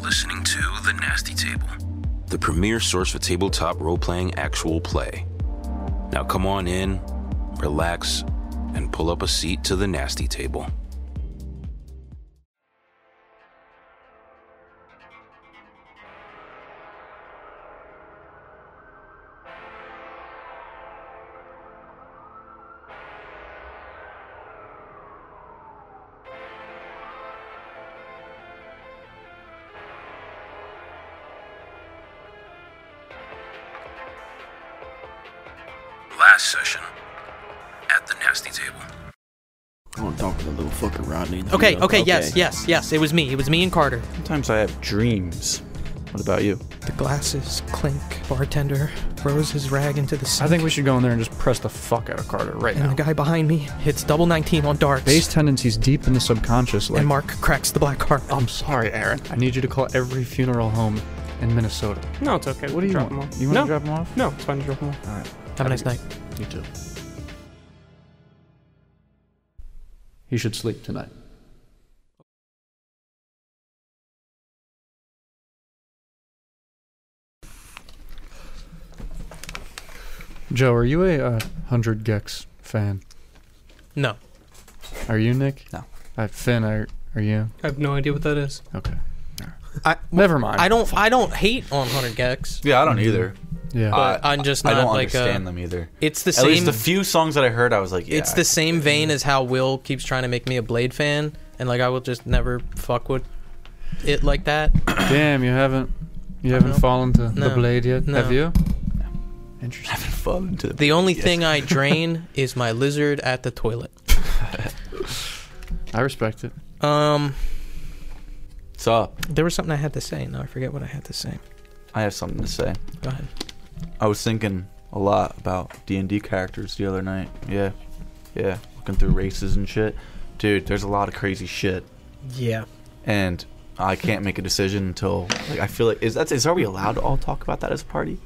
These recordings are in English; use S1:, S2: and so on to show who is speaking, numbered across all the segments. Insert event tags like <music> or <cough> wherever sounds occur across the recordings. S1: listening to The Nasty Table,
S2: the premier source for tabletop role playing actual play. Now come on in, relax, and pull up a seat to the nasty table. Last session at the nasty table.
S3: I want to talk to the little fucking Rodney.
S4: Okay, okay, yes, yes, yes. It was me. It was me and Carter.
S5: Sometimes I have dreams. What about you?
S4: The glasses clink. Bartender throws his rag into the
S6: I
S4: sink.
S6: think we should go in there and just press the fuck out of Carter right
S4: and
S6: now.
S4: the guy behind me hits double 19 on darts.
S5: Base tendencies deep in the subconscious, like
S4: and Mark cracks the black heart.
S7: Um,
S6: I'm sorry, Aaron. I need you to call every funeral home in Minnesota.
S8: No, it's okay.
S5: What do you
S8: drop
S5: want?
S8: Them off.
S5: You want
S8: no.
S5: to drop him off?
S8: No, it's fine to drop them off.
S4: Have a nice night.
S3: You too.
S6: He should sleep tonight. Joe, are you a uh, 100 Gex fan?
S4: No.
S6: Are you, Nick?
S5: No.
S6: Uh, Finn, are, are you?
S8: I have no idea what that is.
S6: Okay.
S4: I
S6: Never mind.
S4: I don't I don't hate on 100 Gex.
S7: Yeah, I don't either.
S6: Yeah.
S8: Uh,
S4: But I'm just
S7: I
S4: not
S7: don't
S4: like
S7: understand
S4: a-
S7: them either.
S4: It's the
S7: At
S4: same
S7: least the few songs that I heard, I was like, yeah,
S4: It's
S7: I-
S4: the same vein as how Will keeps trying to make me a Blade fan and like I will just never fuck with it like that.
S6: Damn, you haven't you haven't
S4: don't-
S6: fallen to
S4: no,
S6: the blade yet,
S4: no.
S6: have you?
S7: I haven't fallen to
S4: The only thing I
S7: <laughs>
S4: drain is my lizard at the toilet.
S6: I respect it.
S4: Um
S7: What's up?
S4: there was something I had to say. No, I forget what I had to say.
S7: I have something to say.
S4: Go ahead.
S7: I was thinking a lot about D and D characters the other night. Yeah, yeah, looking through races and shit. Dude, there's a lot of crazy shit,
S4: Yeah.
S7: and I can't make a decision until like I feel like is that is are we allowed to all talk about that as a party?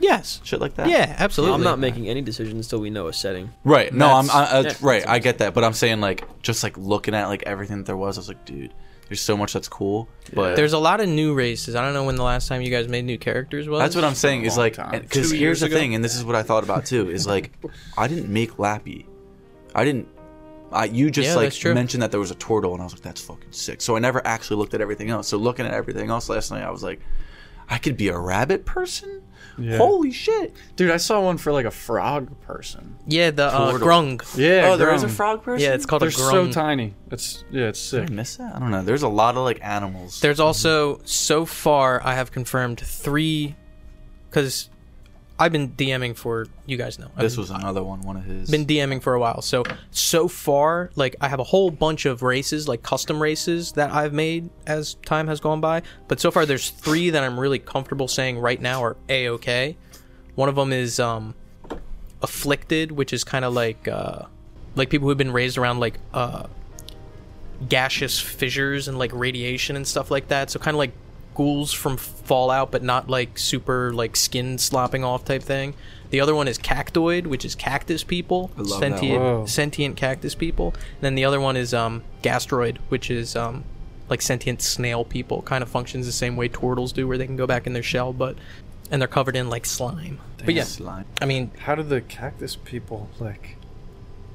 S4: Yes.
S7: Shit like that.
S4: Yeah, absolutely.
S3: I'm not making any decisions until we know a <laughs> setting.
S7: Right. No, I'm. I,
S3: That's-
S7: uh,
S3: yeah,
S7: right.
S3: that's
S7: I get that, but I'm saying like just like looking at like everything that there was, I was like, dude, there's so much that's cool, but
S4: There's a lot of new races. I don't know when the last time you guys made new characters was.
S7: That's what I'm saying. Is like,
S5: time.
S7: because
S8: Two
S7: here's
S8: years
S7: the
S8: ago?
S7: thing, and this is what I thought about too.
S8: <laughs>
S7: Is like, I didn't make Lappy. I didn't. I, you just
S4: Yeah,
S7: like
S4: that's true.
S7: mentioned that there was a turtle, and I was like, that's fucking sick. So I never actually looked at everything else. So looking at everything else last night, I was like, I could be a rabbit person.
S6: Yeah.
S7: Holy shit!
S5: Dude, I saw one for like a frog person.
S4: Yeah, the uh,
S7: Portal.
S4: grung.
S6: Yeah.
S7: oh, there is a
S4: Um,
S6: grung.
S7: frog person.
S4: Yeah, it's called
S6: They're
S4: a grung.
S6: so tiny. It's yeah, it's sick.
S7: Did I miss that? I don't know. There's a lot of like animals.
S4: There's also so far I have confirmed three, because I've been DMing for you guys know. I've
S7: this was another one. One of his.
S4: been DMing for a while. So so far, like I have a whole bunch of races, like custom races that I've made as time has gone by. But so far, there's three that I'm really comfortable saying right now are a okay. One of them is um, afflicted, which is kind of like uh, like people who've been raised around like uh, gaseous fissures and like radiation and stuff like that. So kind of like ghouls from Fallout, but not like super like skin slopping off type thing. The other one is cactoid, which is cactus people,
S7: I love that
S4: sentient
S6: one. Whoa.
S4: sentient cactus people. And then the other one is um, gastroid, which is um, like sentient snail people. Kind of functions the same way turtles do, where they can go back in their shell, but and they're covered in like slime. But yeah,
S7: Slime.
S4: I mean,
S6: How do the cactus people like?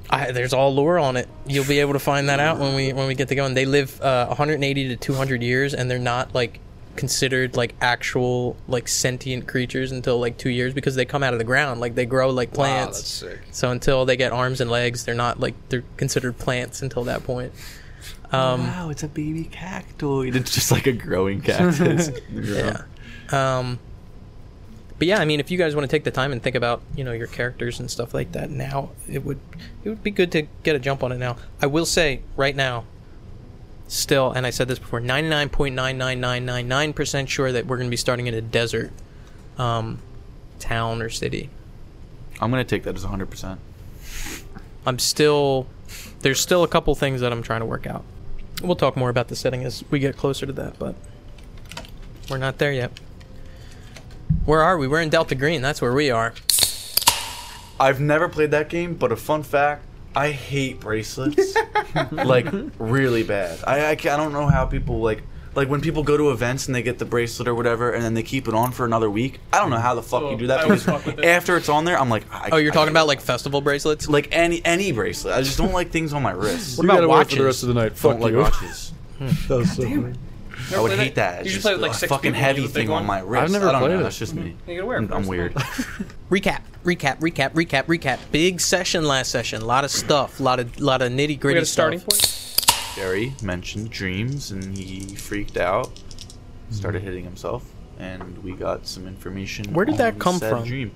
S4: I, there's all lore on it. You'll be able to find that out when we when we get to going. They live uh, 180 to 200 years, and they're not like considered like actual like sentient creatures until like two years because they come out of the ground. Like they grow like plants.
S5: that's sick.
S4: So until they get arms and legs, they're not like they're considered plants until that point. Um,
S7: wow, Oh, it's a baby cactoid. It's just like a growing cactus. yeah.
S4: um, but yeah, I mean, if you guys want to take the time and think about you know your characters and stuff like that now, it would it would be good to get a jump on it now. I will say right now, still, and I said this before, ninety nine point nine nine nine nine nine percent sure that we're going to be starting in a desert um, town or city.
S7: I'm gonna take that as 100. percent
S4: I'm still there's still a couple things that I'm trying to work out. We'll talk more about the setting as we get closer to that, but we're not there yet. Where are we? We're in Delta Green. That's where we are.
S7: I've never played that game, but a fun fact: I hate bracelets, like really bad. I, I ca- I don't know how people like Like when people go to events and they get the bracelet or whatever, and then they keep it on for another week. I don't know how the fuck
S8: So,
S7: you do that
S8: I always
S7: because
S8: fuck with it.
S7: after it's on there, I'm like, I,
S4: Oh, you're
S7: I-
S4: talking about like festival bracelets?
S7: like any any bracelet. I just don't like things on my wrist.
S4: What about
S6: gotta wait for
S4: watches?
S6: the rest of the night.
S7: don't
S6: Fuck
S7: like
S6: you.
S7: watches.
S6: <laughs> That was so weird.
S7: I would hate that.
S8: You
S7: It's
S8: should play with like
S7: a
S8: six
S7: fucking
S8: people, you
S7: heavy
S8: use the big
S7: thing on
S8: one.
S7: my wrist.
S6: I've never
S7: I don't
S6: played
S7: know.
S6: it.
S7: That's just me.
S8: You gotta wear it
S7: I'm, I'm
S8: first.
S7: weird.
S4: Recap, recap, recap, recap, recap. Big session last session. A lot of stuff. A lot of lot of nitty
S8: We
S4: gritty
S8: got a
S4: stuff.
S8: starting point.
S7: Jerry mentioned dreams and he freaked out, started hitting himself, and we got some information.
S4: Hmm. Where did
S7: on
S4: that come
S7: said
S4: from?
S7: Dream.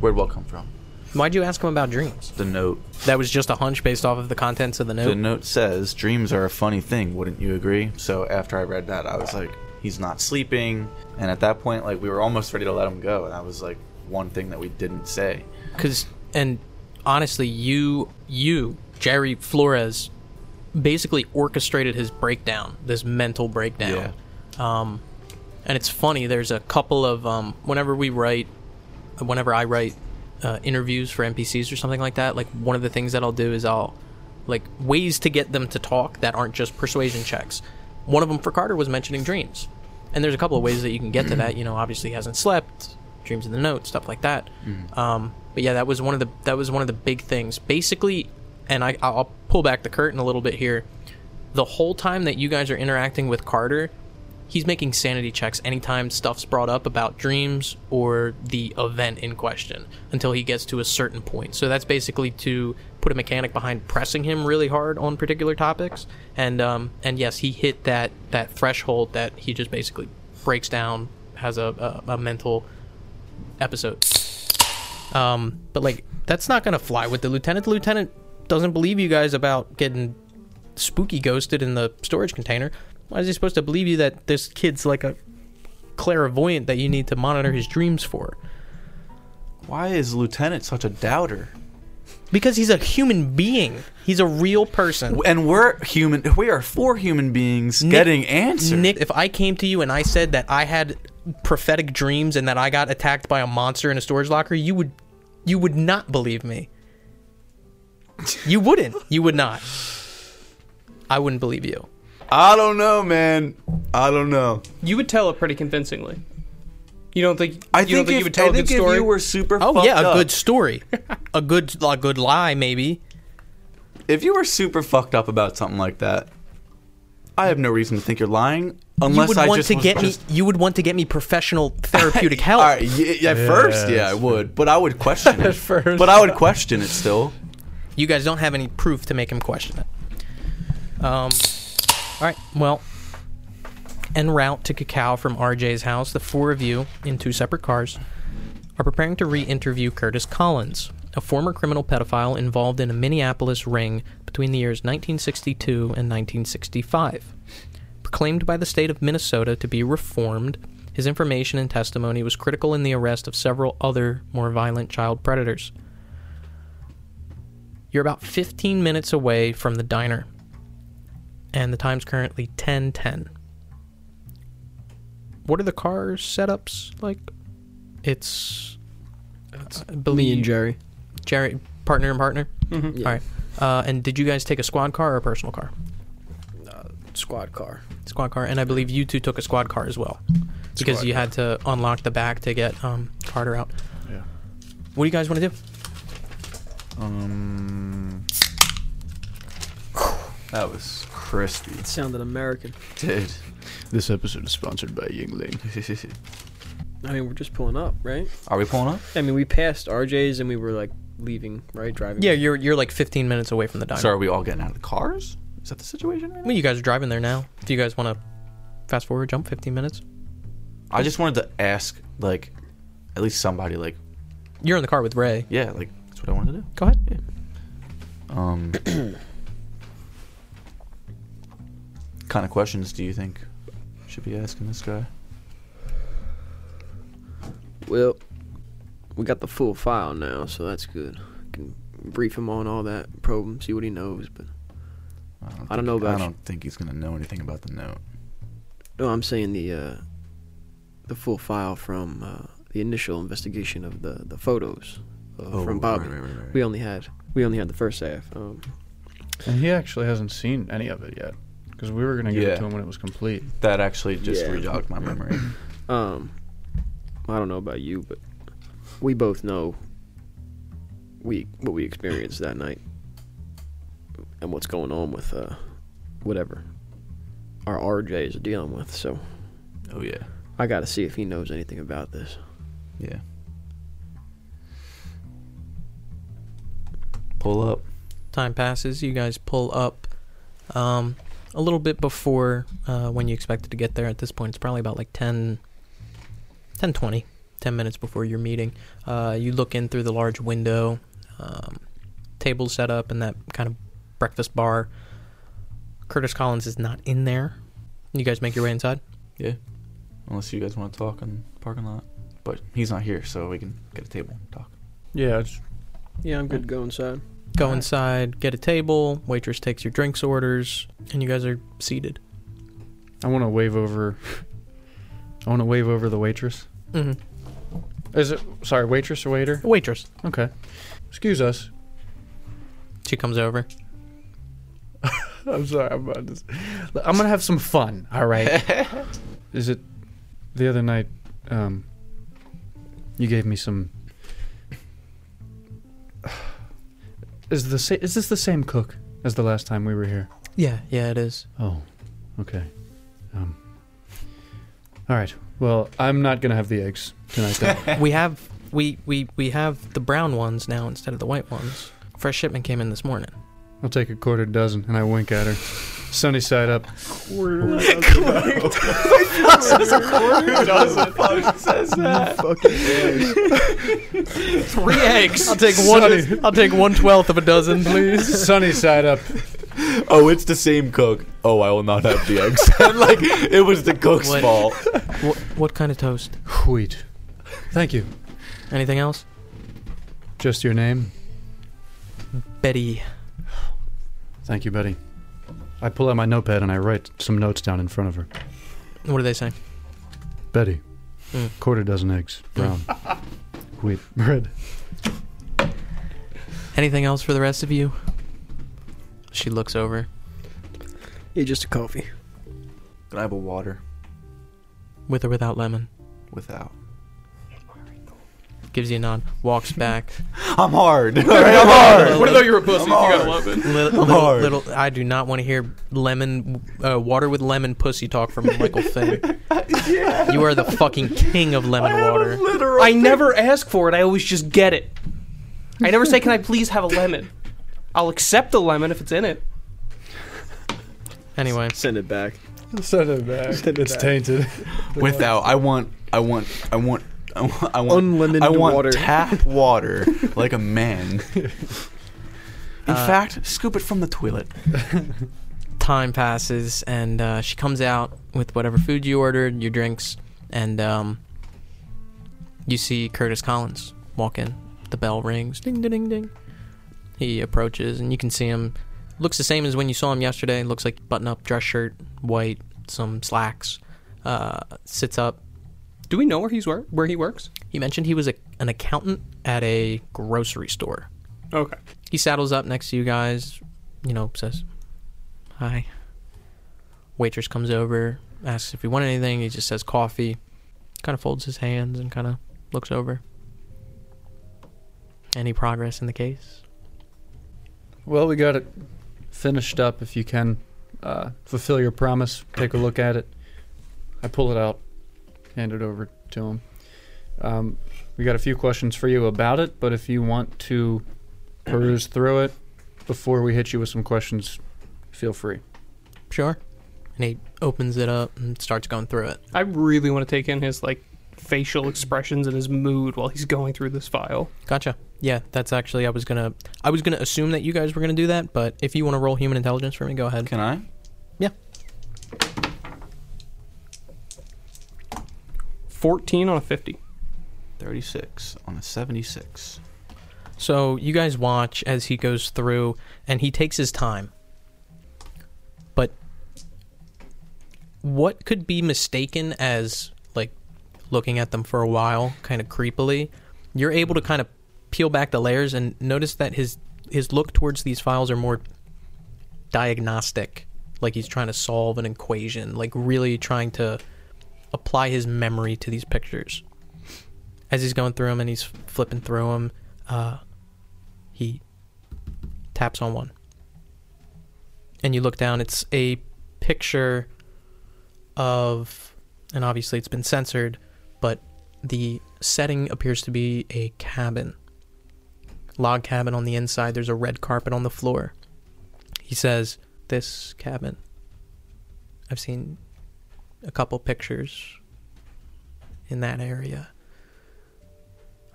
S7: Where'd what come from?
S4: Why'd you ask him about dreams?
S7: The note.
S4: That was just a hunch based off of the contents of the note.
S7: The note says dreams are a funny thing, wouldn't you agree? So after I read that, I was like, he's not sleeping, and at that point, like we were almost ready to let him go, and that was like one thing that we didn't say.
S4: Cause and honestly, you you Jerry Flores basically orchestrated his breakdown, this mental breakdown.
S7: Yeah.
S4: Um, and it's funny. There's a couple of um, whenever we write, whenever I write uh, interviews for NPCs or something like that. Like one of the things that I'll do is I'll like ways to get them to talk that aren't just persuasion checks. One of them for Carter was mentioning dreams, and there's a couple of ways that you can get to that. You know, obviously he hasn't slept, dreams in the note, stuff like that. Um, but yeah, that was one of the that was one of the big things. Basically, and I I'll pull back the curtain a little bit here. The whole time that you guys are interacting with Carter, he's making sanity checks anytime stuff's brought up about dreams or the event in question until he gets to a certain point. So that's basically to put a mechanic behind pressing him really hard on particular topics. And um, and yes, he hit that that threshold that he just basically breaks down, has a, a, a mental episode. Um, but like that's not gonna fly with the lieutenant. The lieutenant doesn't believe you guys about getting spooky ghosted in the storage container. Why is he supposed to believe you that this kid's like a clairvoyant that you need to monitor his dreams for?
S7: Why is Lieutenant such a doubter?
S4: Because he's a human being. He's a real person.
S7: And we're human. We are four human beings getting answers.
S4: Nick, if I came to you and I said that I had prophetic dreams and that I got attacked by a monster in a storage locker, you would you would not believe me. You wouldn't. You would not. I wouldn't believe you.
S7: I don't know, man. I don't know.
S8: You would tell it pretty convincingly. You don't think?
S7: I
S8: you
S7: think,
S8: don't think
S7: if,
S8: you would tell
S7: I
S8: a
S7: think
S8: good
S7: if
S8: story.
S7: you were super
S4: Oh
S7: fucked
S4: yeah, a
S7: up,
S4: good
S8: <laughs>
S4: story. A good a good lie maybe.
S7: if you were super fucked up about something like that, I have no reason to think you're lying unless
S4: you would
S7: I
S4: want
S7: just
S4: to
S7: was
S4: get
S7: just,
S4: me. You would want to get me <laughs> professional therapeutic help.
S7: All right, yeah, yeah, at first, yeah, I would, but I
S4: <laughs>
S7: would question it.
S6: first.
S7: But I would question it still.
S4: You guys don't have any proof to make him question it. Um. All right. Well, en route to Cacao from RJ's house, the four of you in two separate cars are preparing to re-interview Curtis Collins, a former criminal pedophile involved in a Minneapolis ring between the years 1962 and 1965. Proclaimed by the state of Minnesota to be reformed, his information and testimony was critical in the arrest of several other more violent child predators. You're about 15 minutes away from the diner, and the time's currently 10:10. What are the car setups like? It's,
S3: <laughs>
S4: I
S3: Me
S4: believe
S3: and Jerry.
S4: Jerry, partner and partner. All right. Uh, and did you guys take a squad car or a personal car?
S3: Squad car.
S4: Squad car, and I believe you two took a squad car as well, because
S6: Squad
S4: you had to unlock the back to get um, Carter out.
S6: Yeah.
S4: What do you guys want to do?
S7: Um, that was crispy,
S3: It sounded American.
S7: dude.
S6: This episode is sponsored by Yingling.
S3: I mean, we're just pulling up, right?
S7: Are we pulling up?
S3: I mean, we passed RJ's and we were like leaving, right? Driving.
S4: Yeah, you're you're like 15 minutes away from the diner.
S7: So are we all getting out of the cars? Is that the situation right now?
S4: Well, you guys are driving there now. Do you guys want to fast forward, jump 15 minutes?
S7: I just wanted to ask, like, at least somebody, like,
S4: You're in the car with Ray.
S7: yeah, like that's what I wanted to do.
S4: Go ahead.
S7: Um, kind of questions do you think should be asking this guy?
S3: Well, we got the full file now, so that's good. Can brief him on all that, probe him, see what he knows. But
S7: don't
S3: I don't know
S7: think-
S3: about
S7: I don't think he's gonna know anything about the note.
S3: no, I'm saying the uh, the full file from uh, the initial investigation of the the photos uh,
S7: Oh,
S3: from Bobby. We only had we only had the first half. Um,
S6: And he actually hasn't seen any of it yet. Because because we were gonna give
S7: Yeah.
S6: it to him when it was complete.
S7: That actually just
S3: Yeah.
S7: rejogged my
S3: <coughs>
S7: memory.
S3: Um, I don't know about you, but we both know we what we experienced that night and what's going on with uh, whatever our RJs are dealing with. So
S7: oh yeah,
S3: I got to see if he knows anything about this.
S7: yeah. Pull up.
S4: time passes you guys pull up um, a little bit before uh, when you expected to get there at this point it's probably about like 10 10 20 10 minutes before your meeting uh, you look in through the large window um, table set up and that kind of breakfast bar curtis collins is not in there you guys make your way inside
S7: Unless you guys want to talk in the parking lot, but he's not here, so we can get a table
S3: <laughs>
S7: and talk.
S6: Yeah, it's,
S3: Yeah, I'm good to go inside.
S4: go inside get a table waitress takes your drinks orders and you guys are seated
S6: I want to wave over. <laughs> I want to wave over the waitress.
S4: mm-hmm.
S6: Is it sorry, waitress or waiter?
S4: waitress
S6: Okay, excuse us. <laughs>
S4: she comes over
S6: I'm sorry. I'm, about to, I'm gonna have some fun. All <laughs> right. Is it the other night? Um, you gave me some. <sighs> Is the sa- is this the same cook as the last time we were here?
S4: yeah yeah it is
S6: Oh, okay. Um. All right. Well, I'm not gonna have the eggs tonight. Though.
S4: we have we, we we have the brown ones now instead of the white ones. Fresh shipment came in this morning.
S6: I'll take a quarter dozen, and I wink at her, sunny side up.
S7: <laughs>
S4: Three eggs. <laughs> I'll take one.
S6: Sonny.
S4: I'll take one twelfth of a dozen, please.
S6: <laughs> sunny side up.
S7: Oh, it's the same cook. Oh, I will not have the eggs. <laughs> I'm like, it was the cook's
S4: What?
S7: fault.
S4: what, what kind of toast?
S6: Wheat. Thank you.
S4: Anything else?
S6: Just your name.
S4: Betty.
S6: Thank you, Betty. I pull out my notepad and I write some notes down in front of her.
S4: What are they saying?
S6: Betty,
S4: Mm.
S6: quarter dozen eggs, <laughs> brown, wheat, bread.
S4: Anything else for the rest of you? She looks over.
S3: Yeah, just a coffee.
S7: Can I have a water
S4: With or without lemon.
S7: without?
S4: Gives you a nod. <laughs> Walks back.
S7: I'm
S8: <laughs>
S7: hard.
S8: What if though you're a pussy? if You got lemon.
S4: Li- little,
S7: hard.
S4: little, I do not want to hear lemon, uh, water with lemon pussy talk from Michael Finn. <laughs> You are the fucking king of lemon water.
S8: I never ask for it. I always just get it. I never say, "Can I please
S7: <laughs>
S8: have a lemon?" I'll accept the lemon if it's in it.
S4: Anyway,
S3: Send it back.
S6: Send it back. it's tainted.
S7: without. I want. I want. I want. I want. I want
S3: Unlimited
S7: I want
S3: water.
S7: tap water like a man. In fact, scoop it from the toilet.
S4: time passes and uh, she comes out with whatever food you ordered, your drinks, and um, you see Curtis Collins walk in. The bell rings, ding, ding, ding, ding. He approaches and you can see him. Looks the same as when you saw him yesterday. Looks like button-up dress shirt, white, some slacks. Uh, sits up.
S8: Do we know where he's wor- where he works?
S4: He mentioned he was a, an accountant at a grocery store.
S8: Okay.
S4: he saddles up next to you guys, you know, says, Hi. Waitress comes over, asks if you want anything. He just says coffee, kind of folds his hands and kind of looks over. Any progress in the case?
S6: Well, we got it finished up. If you can uh, fulfill your promise, take a look at it. I pull it out, hand it over to him. Um, we got a few questions for you about it, but if you want to peruse through it before we hit you with some questions, feel free.
S4: Sure. And he opens it up and starts going through it.
S8: I really want to take in his like facial expressions and his mood while he's going through this file.
S4: Gotcha. Yeah, that's actually I was gonna I was gonna assume that you guys were gonna do that, but if you want to roll human intelligence for me, go ahead.
S7: Can I?
S8: Fourteen on a fifty.
S7: Thirty-six on a seventy-six.
S4: So you guys watch as he goes through, and he takes his time. But what could be mistaken as like looking at them for a while, kind of creepily, you're able to kind of peel back the layers and notice that his his look towards these files are more diagnostic like he's trying to solve an equation, like really trying to apply his memory to these pictures. As he's going through them and he's flipping through them, uh, he taps on one. And you look down, it's a picture of, and obviously it's been censored, but the setting appears to be a cabin. Log cabin on the inside, there's a red carpet on the floor. He says, This cabin. I've seen a couple pictures in that area.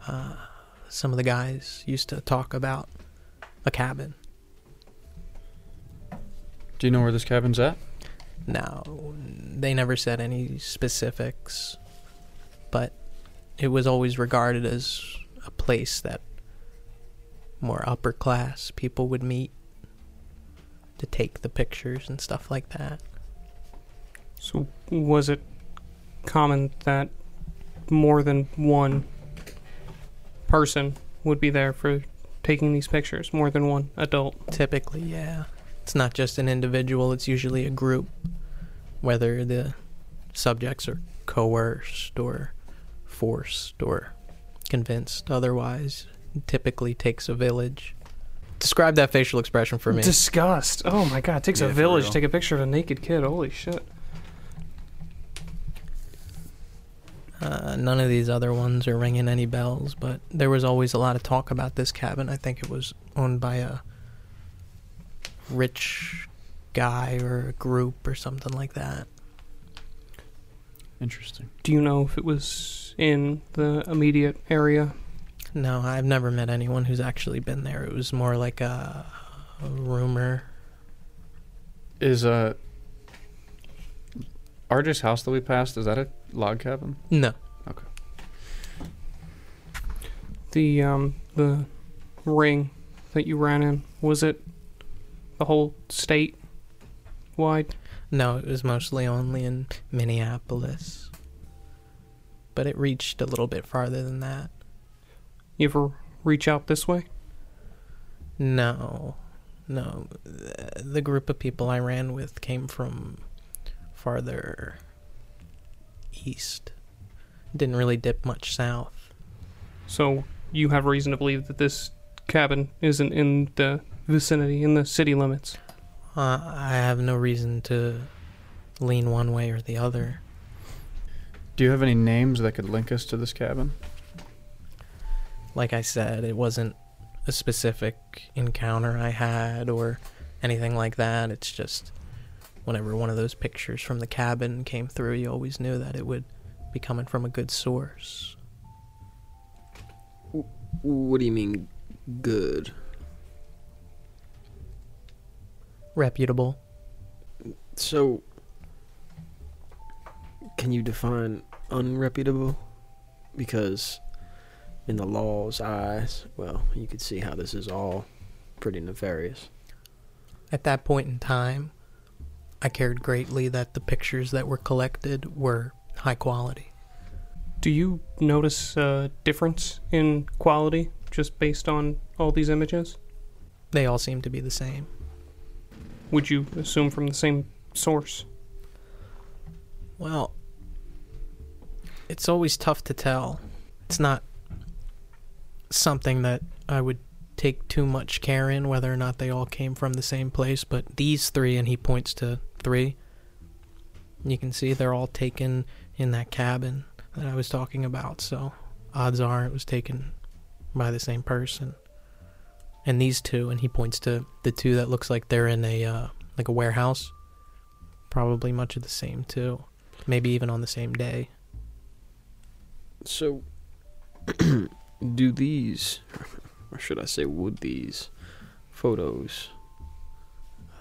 S4: Uh, some of the guys used to talk about a cabin.
S6: Do you know where this cabin's at?
S4: No, they never said any specifics, but it was always regarded as a place that more upper class people would meet to take the pictures and stuff like that.
S8: So was it common that more than one person would be there for taking these pictures? More than one adult.
S4: Typically, yeah. It's not just an individual, it's usually a group, whether the subjects are coerced or forced or convinced otherwise. It typically takes a village. Describe that facial expression for me.
S8: Disgust. Oh my god, it takes
S7: Yeah,
S8: a
S7: for
S8: village to
S7: real.
S8: take a picture of a naked kid. Holy shit.
S4: Uh, none of these other ones are ringing any bells, but there was always a lot of talk about this cabin. I think it was owned by a rich guy or a group or something like that.
S6: Interesting.
S8: Do you know if it was in the immediate area?
S4: No, I've never met anyone who's actually been there. It was more like a, a rumor.
S6: Is uh, RJ's house that we passed is that a log cabin?
S4: No,
S8: The um the ring that you ran in, was it the whole state wide?
S4: no, it was mostly only in Minneapolis. But it reached a little bit farther than that.
S8: You ever reach out this way?
S4: No, no. Th- The group of people I ran with came from farther east. Didn't really dip much south.
S8: So you have reason to believe that this cabin isn't in the vicinity, in the city limits.
S4: Uh, I have no reason to lean one way or the other.
S6: Do you have any names that could link us to this cabin?
S4: Like I said, it wasn't a specific encounter I had or anything like that. It's just whenever one of those pictures from the cabin came through, you always knew that it would be coming from a good source.
S3: What do you mean, good?
S4: Reputable.
S3: So, can you define unreputable? Because in the law's eyes, well, you could see how this is all pretty nefarious.
S4: At that point in time, I cared greatly that the pictures that were collected were high quality.
S8: Do you notice a difference in quality just based on all these images?
S4: They all seemed to be the same.
S8: Would you assume from the same source?
S4: Well, it's always tough to tell. It's not something that I would take too much care in whether or not they all came from the same place, but these three, and he points to three, you can see they're all taken in that cabin that I was talking about, so odds are it was taken by the same person. And these two, and he points to the two that looks like they're in a uh, like a warehouse. Probably much of the same too maybe even on the same day.
S3: So, <clears throat> do these, or should I say, would these photos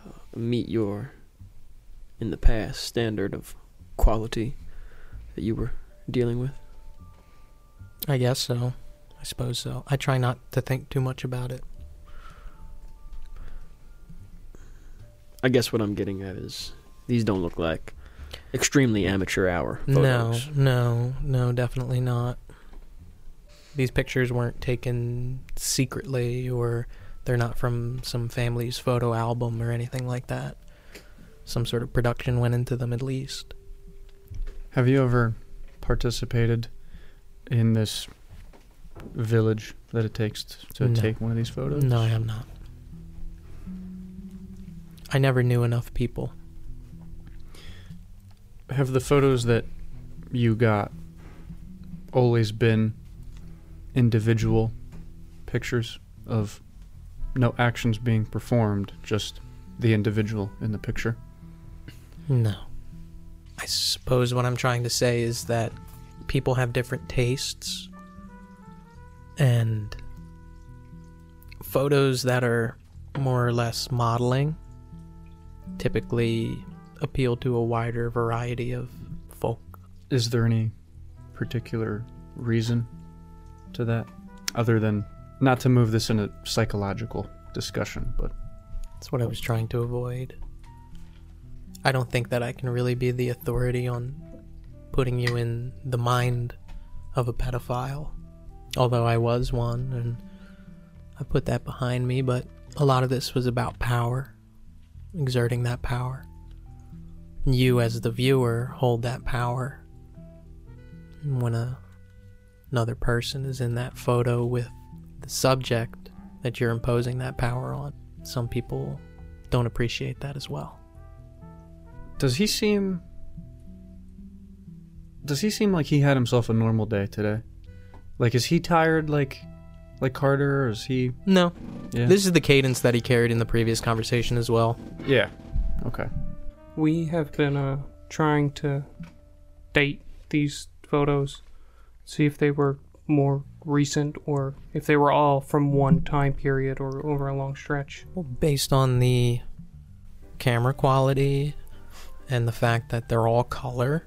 S3: uh, meet your in the past standard of quality that you were dealing with?
S4: I guess so. I suppose so. I try not to think too much about it.
S3: I guess what I'm getting at is these don't look like extremely amateur hour photos.
S4: No, no, no, definitely not. These pictures weren't taken secretly or they're not from some family's photo album or anything like that. some sort of production went into them at least.
S6: Have you ever participated in this village that it takes t- to
S4: No.
S6: take one of these photos?
S4: No, I am not. I never knew enough people.
S6: Have the photos that you got always been individual pictures of no actions being performed, just the individual in the picture?
S4: No. I suppose what I'm trying to say is that people have different tastes and photos that are more or less modeling typically appeal to a wider variety of folk.
S6: Is there any particular reason to that other than not to move this into psychological discussion, but
S4: That's what I was trying to avoid. I don't think that I can really be the authority on putting you in the mind of a pedophile. Although I was one, and I put that behind me, but a lot of this was about power, exerting that power. You, as the viewer, hold that power. And when a, another person is in that photo with the subject that you're imposing that power on, some people don't appreciate that as well.
S6: Does he seem Does he seem like he had himself a normal day today? Like is he tired like like Carter or is he
S4: No.
S6: Yeah.
S4: This is the cadence that he carried in the previous conversation as well.
S6: Yeah. Okay.
S8: We have been uh, trying to date these photos, see if they were more recent or if they were all from one time period or over a long stretch.
S4: Well, based on the camera quality and the fact that they're all color,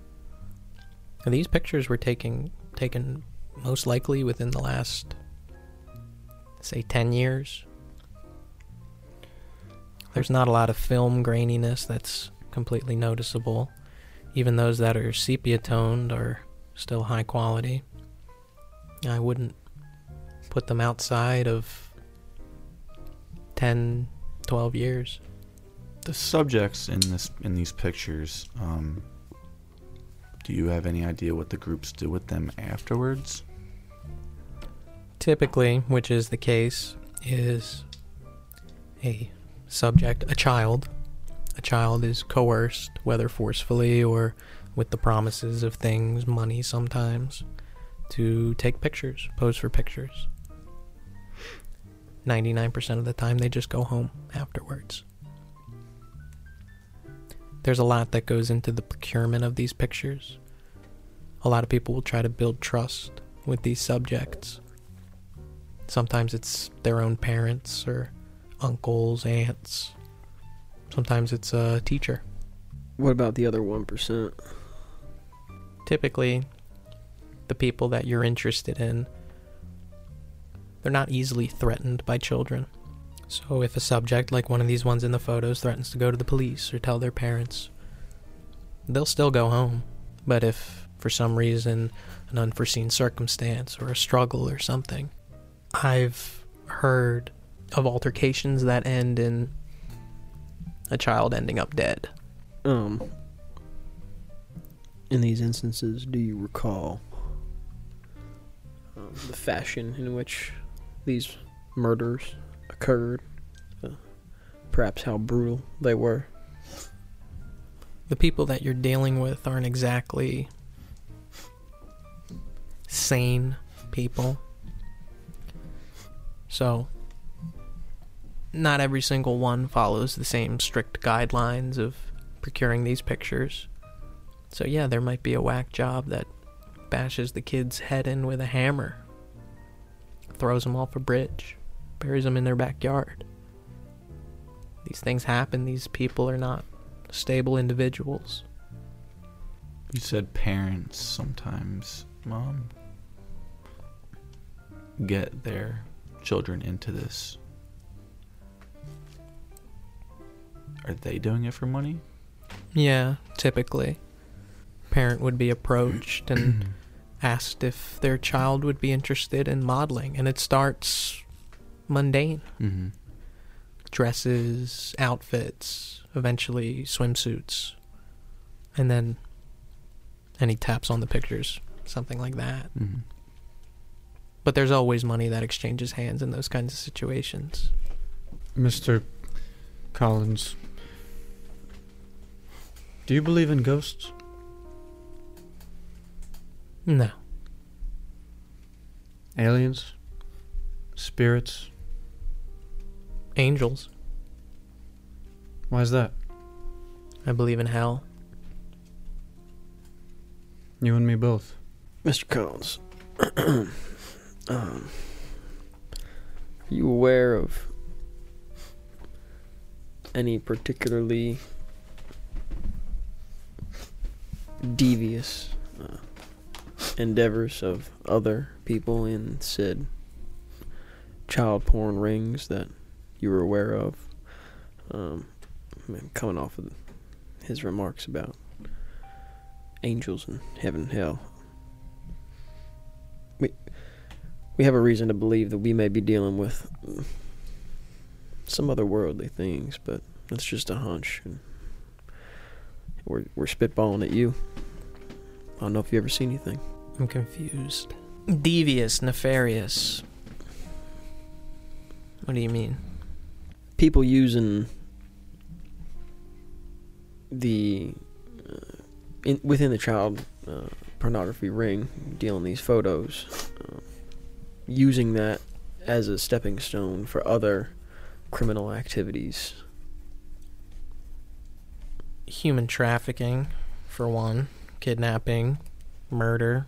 S4: these pictures were taken taken most likely within the last say 10 years. There's not a lot of film graininess that's completely noticeable. Even those that are sepia toned are still high quality. I wouldn't put them outside of 10 12 years
S7: The subjects in this in these pictures, um, do you have any idea what the groups do with them afterwards?
S4: typically which is the case is a subject a child a child is coerced whether forcefully or with the promises of things money sometimes to take pictures pose for pictures 99% of the time they just go home afterwards there's a lot that goes into the procurement of these pictures a lot of people will try to build trust with these subjects Sometimes it's their own parents or uncles, aunts. Sometimes it's a teacher.
S3: What about the other one percent?
S4: Typically, the people that you're interested in, they're not easily threatened by children. So if a subject, like one of these ones in the photos, threatens to go to the police or tell their parents, they'll still go home. But if for some reason, an unforeseen circumstance or a struggle or something, I've heard of altercations that end in a child ending up dead.
S3: Um. In these instances, do you recall um, the fashion in which these murders occurred? Uh, perhaps how brutal they were.
S4: The people that you're dealing with aren't exactly sane people. So, not every single one follows the same strict guidelines of procuring these pictures. So, yeah, there might be a whack job that bashes the kid's head in with a hammer, throws him off a bridge, buries him in their backyard. These things happen. These people are not stable individuals.
S7: You said parents sometimes, mom, get their children into this. Are they doing it for money?
S4: Yeah, typically. Parent would be approached <clears throat> and asked if their child would be interested in modeling, and it starts mundane.
S7: Mm-hmm.
S4: dresses, outfits, eventually swimsuits, and then any taps on the pictures, something like that. But there's always money that exchanges hands in those kinds of situations.
S6: Mr. Collins, do you believe in ghosts?
S4: No,
S6: Aliens? Spirits?
S4: angels.
S6: Why is that?
S4: I believe in hell.
S6: You and me both.
S3: Mr. Collins, um, are you aware of any particularly devious uh, endeavors of other people in said child porn rings that you were aware of? Um, I mean, coming off of his remarks about angels and heaven and hell, we have a reason to believe that we may be dealing with mm, some otherworldly things, but it's just a hunch. And we're we're spitballing at you. I don't know if you ever seen anything.
S4: I'm confused. Devious, nefarious. What do you mean?
S3: People using the uh, in, within the child uh, pornography ring, dealing these photos, uh, using that as a stepping stone for other criminal activities.
S4: Human trafficking, for one, kidnapping, murder,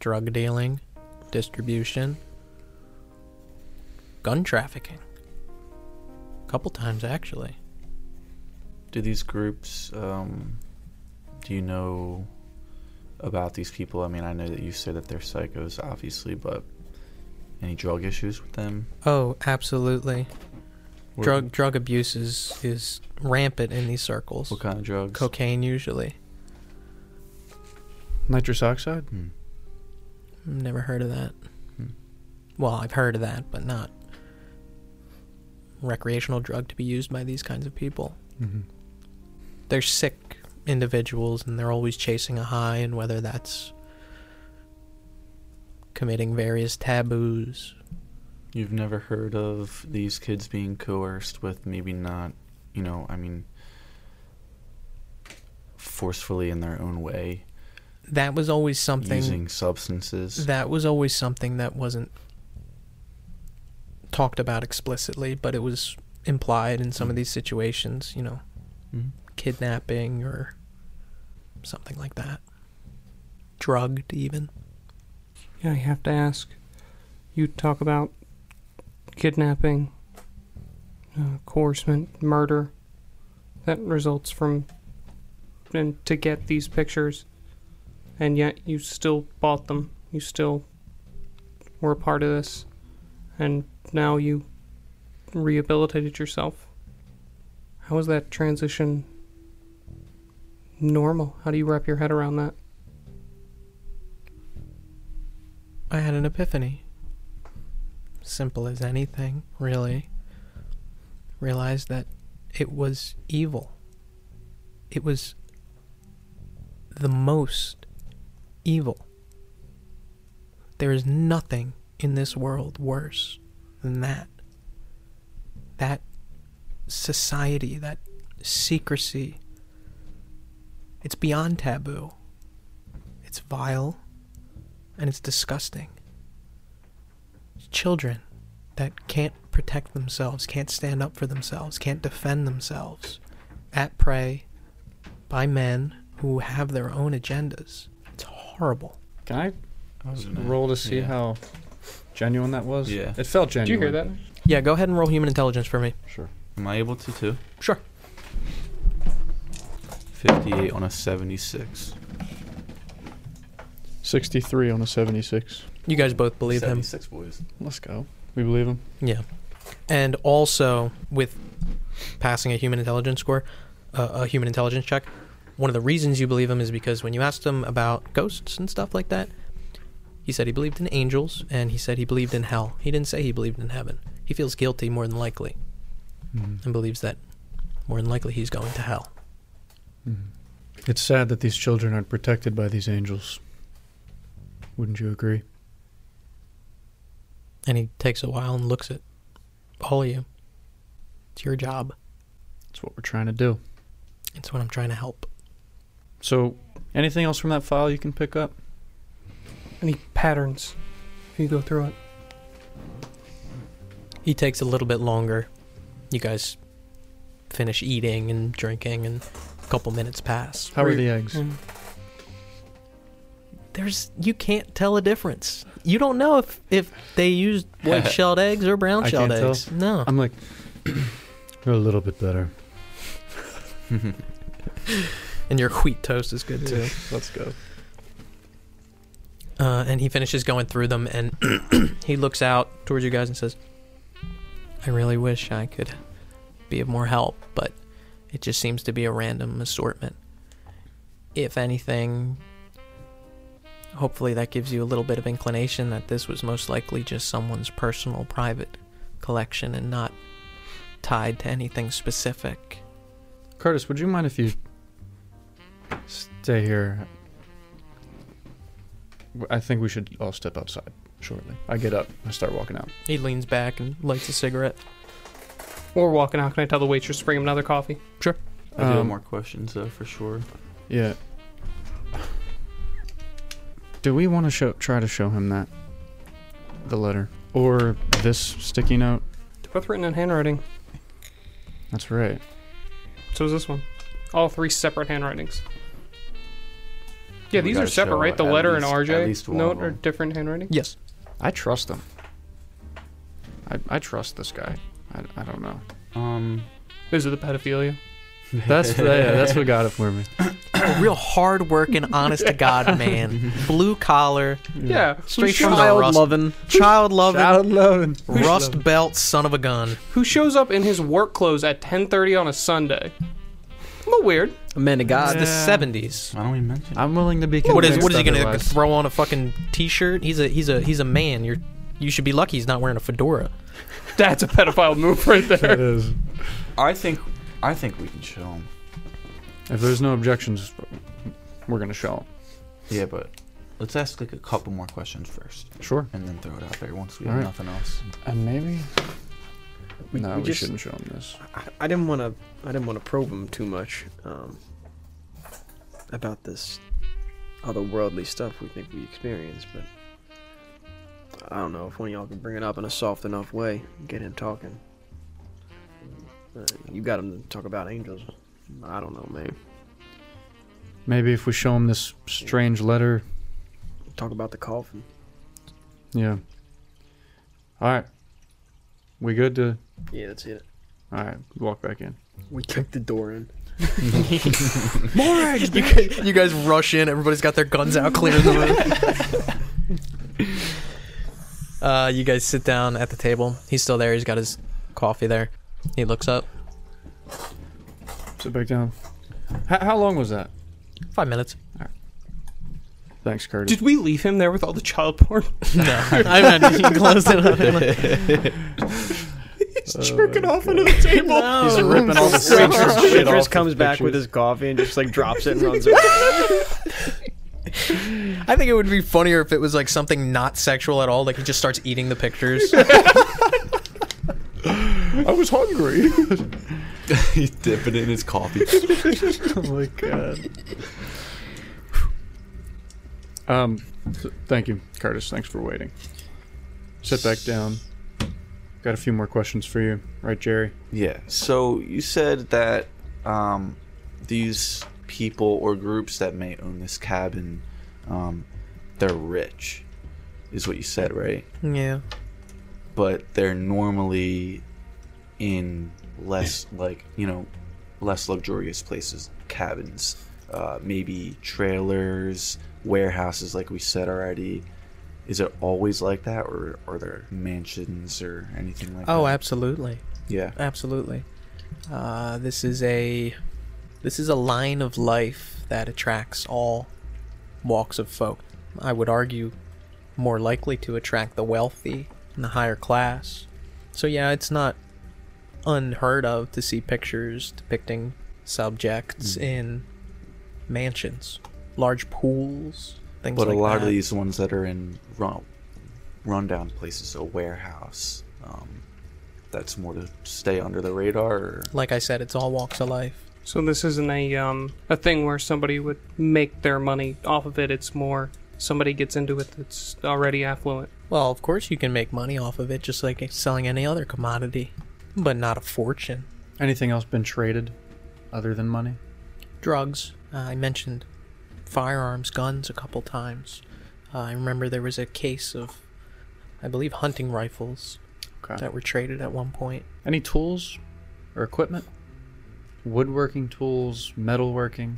S4: drug dealing, distribution, gun trafficking. A couple times, actually.
S7: Do these groups? Um, do you know about these people? I mean, I know that you say that they're psychos, obviously, but any drug issues with them?
S4: Oh, absolutely.
S7: What-
S4: Drug drug abuse is, is rampant in these circles.
S7: What kind of drugs?
S4: Cocaine, usually.
S6: Nitrous oxide?
S7: Hmm.
S4: Never heard of that.
S7: Hmm.
S4: Well, I've heard of that, but not recreational drug to be used by these kinds of people.
S6: Mm-hmm.
S4: They're sick individuals and they're always chasing a high, and whether that's committing various taboos.
S7: You've never heard of these kids being coerced with maybe not, you know, I mean, forcefully in their own way,
S4: That was always something
S7: using substances.
S4: that was always something that wasn't talked about explicitly, but it was implied in some of these situations, you know,
S7: Mhm.
S4: kidnapping or something like that. Drugged, even.
S8: Yeah, I have to ask. You talk about kidnapping, uh, coercement, murder. That results from. And to get these pictures. And yet you still bought them. You still were a part of this. And now you rehabilitated yourself. How is that transition normal? How do you wrap your head around that?
S4: I had an epiphany. Simple as anything, really. Realized that it was evil. It was the most evil. There is nothing in this world worse than that. That society, that secrecy. It's beyond taboo. It's vile and it's disgusting. Children that can't protect themselves, can't stand up for themselves, can't defend themselves, at prey by men who have their own agendas. It's horrible.
S6: Can I
S7: I was gonna-
S6: roll to see
S7: yeah.
S6: how genuine that was?
S7: Yeah.
S6: It felt
S8: Did
S6: genuine.
S8: you hear that?
S4: Yeah, go ahead and roll human intelligence for me.
S7: Am I able to too?
S4: Sure.
S7: 58 on a 76.
S6: 63 on a 76.
S4: You guys both believe him.
S7: 76 <laughs> boys.
S6: Let's go. We believe him.
S4: Yeah. And also, with passing a human intelligence score, uh, a human intelligence check, one of the reasons you believe him is because when you asked him about ghosts and stuff like that, He said he believed in angels and he said he believed in hell. He didn't say he believed in heaven. He feels guilty more than likely and believes that more than likely he's going to hell.
S6: It's sad that these children aren't protected by these angels. Wouldn't you agree?
S4: And he takes a while and looks at all of you. It's your job.
S6: That's what we're trying to do.
S4: It's what I'm trying to help.
S6: So, anything else from that file you can pick up?
S8: Any patterns? If you go through it,
S4: He takes a little bit longer. You guys finish eating and drinking, and a couple minutes pass.
S6: How are
S8: We're-
S6: the eggs?
S8: Mm.
S4: There's you can't tell a difference. You don't know if if they used
S6: <laughs>
S4: white shelled eggs or brown
S6: I
S4: shelled
S6: can't tell.
S4: eggs. No,
S6: <clears throat> I'm like, <clears throat> they're a little bit better.
S4: and your wheat toast is good too.
S6: Let's go.
S4: Uh, and he finishes going through them, and <clears throat> he looks out towards you guys and says, "I really wish I could be of more help, but it just seems to be a random assortment. If anything, hopefully that gives you a little bit of inclination that this was most likely just someone's personal, private collection and not tied to anything specific."
S6: Curtis, would you mind if you stay here? W- I think we should all step outside shortly. I get up. I start walking out.
S4: He leans back and lights a cigarette.
S8: or walking out, can I tell the waitress to bring him another coffee?
S7: I do have
S6: Um,
S7: more questions though, for sure.
S6: Yeah. Do we want to show try to show him that the letter or this sticky note?
S8: They're both written in handwriting.
S6: That's right.
S8: So is this one. All three separate handwritings. Yeah,
S7: We
S8: these are
S7: gotta
S8: separate,
S7: show
S8: right? The
S7: at
S8: letter
S7: least-
S8: and
S7: at least
S8: RJ
S7: one
S8: note
S7: of
S8: are
S7: them.
S8: different handwriting.
S4: Yes.
S6: I trust them. I, I trust this guy. I, I don't <laughs> know.
S7: Um,
S8: Those are the pedophilia.
S6: That's yeah, that's what got it for me.
S4: A real hard working, honest to <laughs> God man. Blue collar.
S8: Yeah,
S4: Straight
S8: who,
S4: from the
S8: shows,
S4: rust.
S6: loving,
S4: Child loving.
S6: loving.
S4: Rust belt, son of a gun.
S8: who shows up in his work clothes at 10:30 on a Sunday? A little weird.
S3: A man of God.
S4: It's the seventies.
S7: I don't even mention.
S6: I'm willing to be convinced.
S4: What is what is he gonna
S6: otherwise.
S4: throw on a fucking t-shirt? He's a he's a he's a man. You're you should be lucky he's not wearing a fedora.
S8: That's a pedophile move right there.
S6: It is.
S7: I think, I think we can show him.
S6: If there's no objections, we're gonna show him.
S7: Yeah, but let's ask like a couple more questions first,
S6: Sure.
S7: and then throw it out there once we
S6: All
S7: have
S6: right.
S7: nothing else.
S6: And maybe.
S3: We-
S6: no,
S3: we
S6: we,
S3: just-
S6: shouldn't show him this.
S3: I, I didn't want to. I didn't want to probe him too much um, about this otherworldly stuff we think we experience, but I don't know if one of y'all can bring it up in a soft enough way, get him talking. Uh, you got him to talk about angels. I don't know, man.
S6: Maybe if we show him this strange letter.
S3: Talk about the coffin.
S6: Yeah. All right. We good to?
S3: Yeah, that's it.
S6: All right. Walk back in.
S3: We kicked the door in.
S4: you, guys, you guys rush in. Everybody's got their guns out, clearing the room. <laughs> uh, you guys sit down at the table. He's still there. He's got his coffee there. He looks up.
S6: Sit back down. How, how long was that?
S4: Five minutes.
S6: Thanks, Curtis.
S8: Did we leave him there with all the child porn?
S4: <laughs> No, I'm not.
S8: <laughs>
S4: He closed it up. Oh,
S8: He's jerking off under the table.
S6: He's
S3: Oh,
S6: ripping all the
S3: Waitress,
S6: pictures shit
S3: waitress
S6: off
S3: comes
S6: the
S3: back with
S6: pictures.
S3: his coffee and just like drops it and
S6: <laughs>
S3: runs away.
S4: I think it would be funnier if it was like something not sexual at all. Like he just starts eating the
S7: <laughs>
S4: pictures.
S6: I
S7: <laughs>
S6: was hungry.
S7: He's dipping in his coffee.
S6: <laughs> oh my god. Um, so- thank you, Curtis. Thanks for waiting. Sit back down. Got a few more questions for you, right, Jerry?
S7: Yeah. So you said that um, these people or groups that may own this cabin, um, they're rich, is what you said, right?
S4: yeah.
S7: But they're normally in less, like you know, less luxurious places, cabins, uh, maybe trailers, warehouses, like we said already. Is it always like that, or are there mansions or anything like
S4: Oh,
S7: that?
S4: absolutely,
S7: yeah.
S4: absolutely. Uh, this is a this is a line of life that attracts all walks of folk. I would argue more likely to attract the wealthy and the higher class. So yeah, it's not unheard of to see pictures depicting subjects
S7: Mm.
S4: in mansions, large pools, things
S7: But
S4: like
S7: a lot
S4: that.
S7: of these ones that are in run, rundown places, a warehouse, um, that's more to stay under the radar. Or,
S4: like I said, it's all walks of life.
S8: So this isn't a um, a thing where somebody would make their money off of it. It's more somebody gets into it that's already affluent.
S4: Well, of course you can make money off of it just like selling any other commodity, but not a fortune.
S6: Anything else been traded other than money?
S4: drugs. Uh, I mentioned firearms, guns a couple times. Uh, I remember there was a case of, I believe, hunting rifles
S6: Okay.
S4: that were traded at one point.
S6: Any tools or equipment? Woodworking tools, metalworking.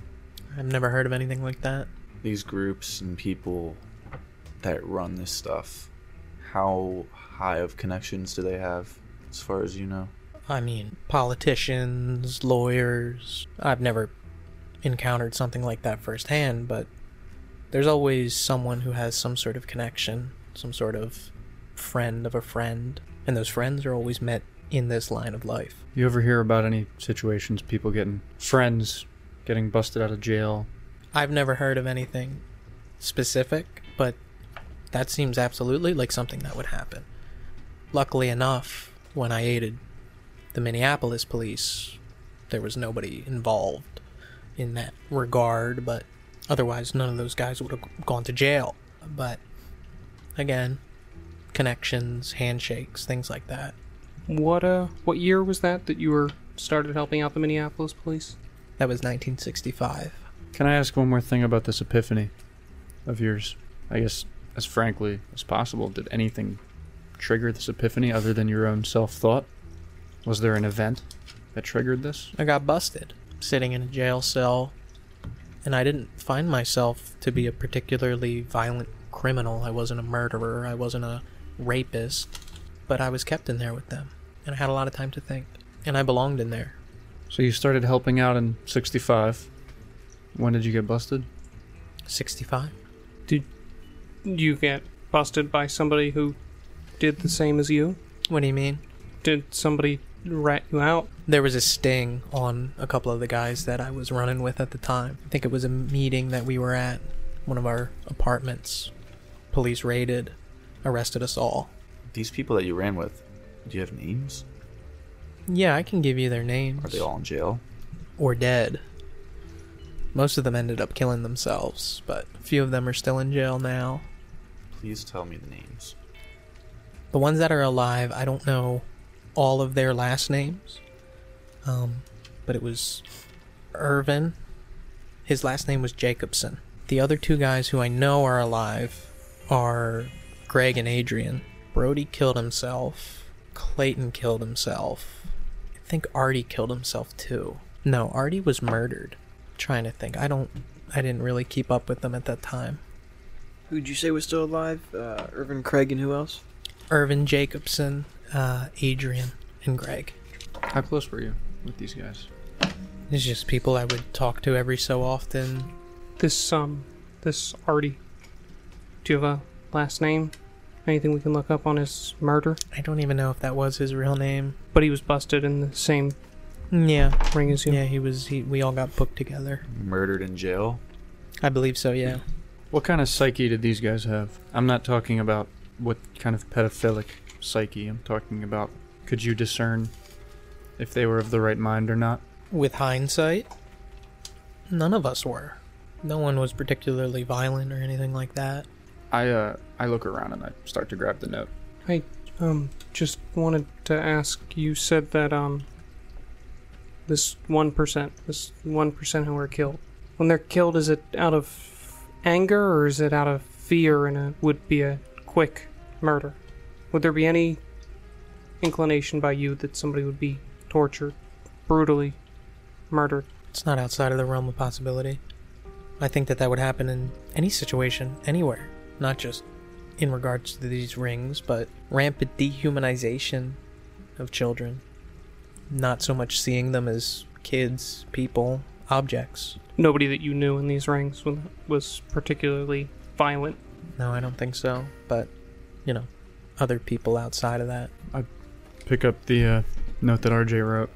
S4: I've never heard of anything like that.
S7: these groups and people that run this stuff, how high of connections do they have, as far as you know?
S4: I mean, politicians, lawyers. I've never encountered something like that firsthand, but there's always someone who has some sort of connection, some sort of friend of a friend, and those friends are always met in this line of life.
S6: You ever hear about any situations people getting friends getting busted out of jail?
S4: I've never heard of anything specific, but that seems absolutely like something that would happen. Luckily enough, when I aided the Minneapolis police, there was nobody involved in that regard, but otherwise, none of those guys would have gone to jail. But again, connections, handshakes, things like that.
S8: What uh what year was that that you were started helping out the Minneapolis police?
S4: That was 1965.
S6: Can I ask one more thing about this epiphany of yours? I guess as frankly as possible, did anything trigger this epiphany other than your own self thought? Was there an event that triggered this?
S4: I got busted sitting in a jail cell, and I didn't find myself to be a particularly violent criminal. I wasn't a murderer, I wasn't a rapist, but I was kept in there with them, and I had a lot of time to think, and I belonged in there.
S6: So you started helping out in 65. When did you get busted?
S4: 65?
S8: You get busted by somebody who did the same as you?
S4: What do you mean?
S8: Did somebody rat you out?
S4: There was a sting on a couple of the guys that I was running with at the time. I think it was a meeting that we were at, one of our apartments. Police raided, arrested us all.
S7: These people that you ran with, do you have names?
S4: Yeah, I can give you their names.
S7: Are they all in jail?
S4: or dead. Most of them ended up killing themselves, but a few of them are still in jail now.
S7: Please tell me the names.
S4: The ones that are alive, I don't know all of their last names. Um, but it was Irvin. His last name was Jacobson. The other two guys who I know are alive are Greg and Adrian. Brody killed himself. Clayton killed himself. I think Artie killed himself too. No, Artie was murdered. trying to think. I don't. I didn't really keep up with them at that time.
S3: Who'd you say was still alive? Uh, Irvin Craig and who else?
S4: Irvin Jacobson, uh, Adrian, and Greg.
S6: How close were you with these guys?
S4: It's just people I would talk to every so often.
S8: This um this Artie. Do you have a last name? Anything we can look up on his murder?
S4: I don't even know if that was his real name.
S8: But he was busted in the same
S4: Yeah,
S8: ring as you.
S4: yeah, he was. He, we all got booked together.
S7: Murdered in jail?
S4: I believe so. Yeah,
S6: What kind of psyche did these guys have? I'm not talking about what kind of pedophilic psyche. I'm talking about could you discern if they were of the right mind or not?
S4: with hindsight, none of us were. No one was particularly violent or anything like that.
S6: I uh I look around and I start to grab the note.
S8: Um, just wanted to ask. You said that um, this one percent, this one percent who are killed, when they're killed, is it out of anger or is it out of fear? And it would be a quick murder. Would there be any inclination by you that somebody would be tortured, brutally murdered?
S4: It's not outside of the realm of possibility. I think that that would happen in any situation, anywhere, not just in regards to these rings, but rampant dehumanization of children. Not so much seeing them as kids, people, objects.
S8: Nobody that you knew in these rings was- was particularly violent.
S4: No, I don't think so. But, you know, other people outside of that.
S6: Pick up the uh, note that RJ wrote,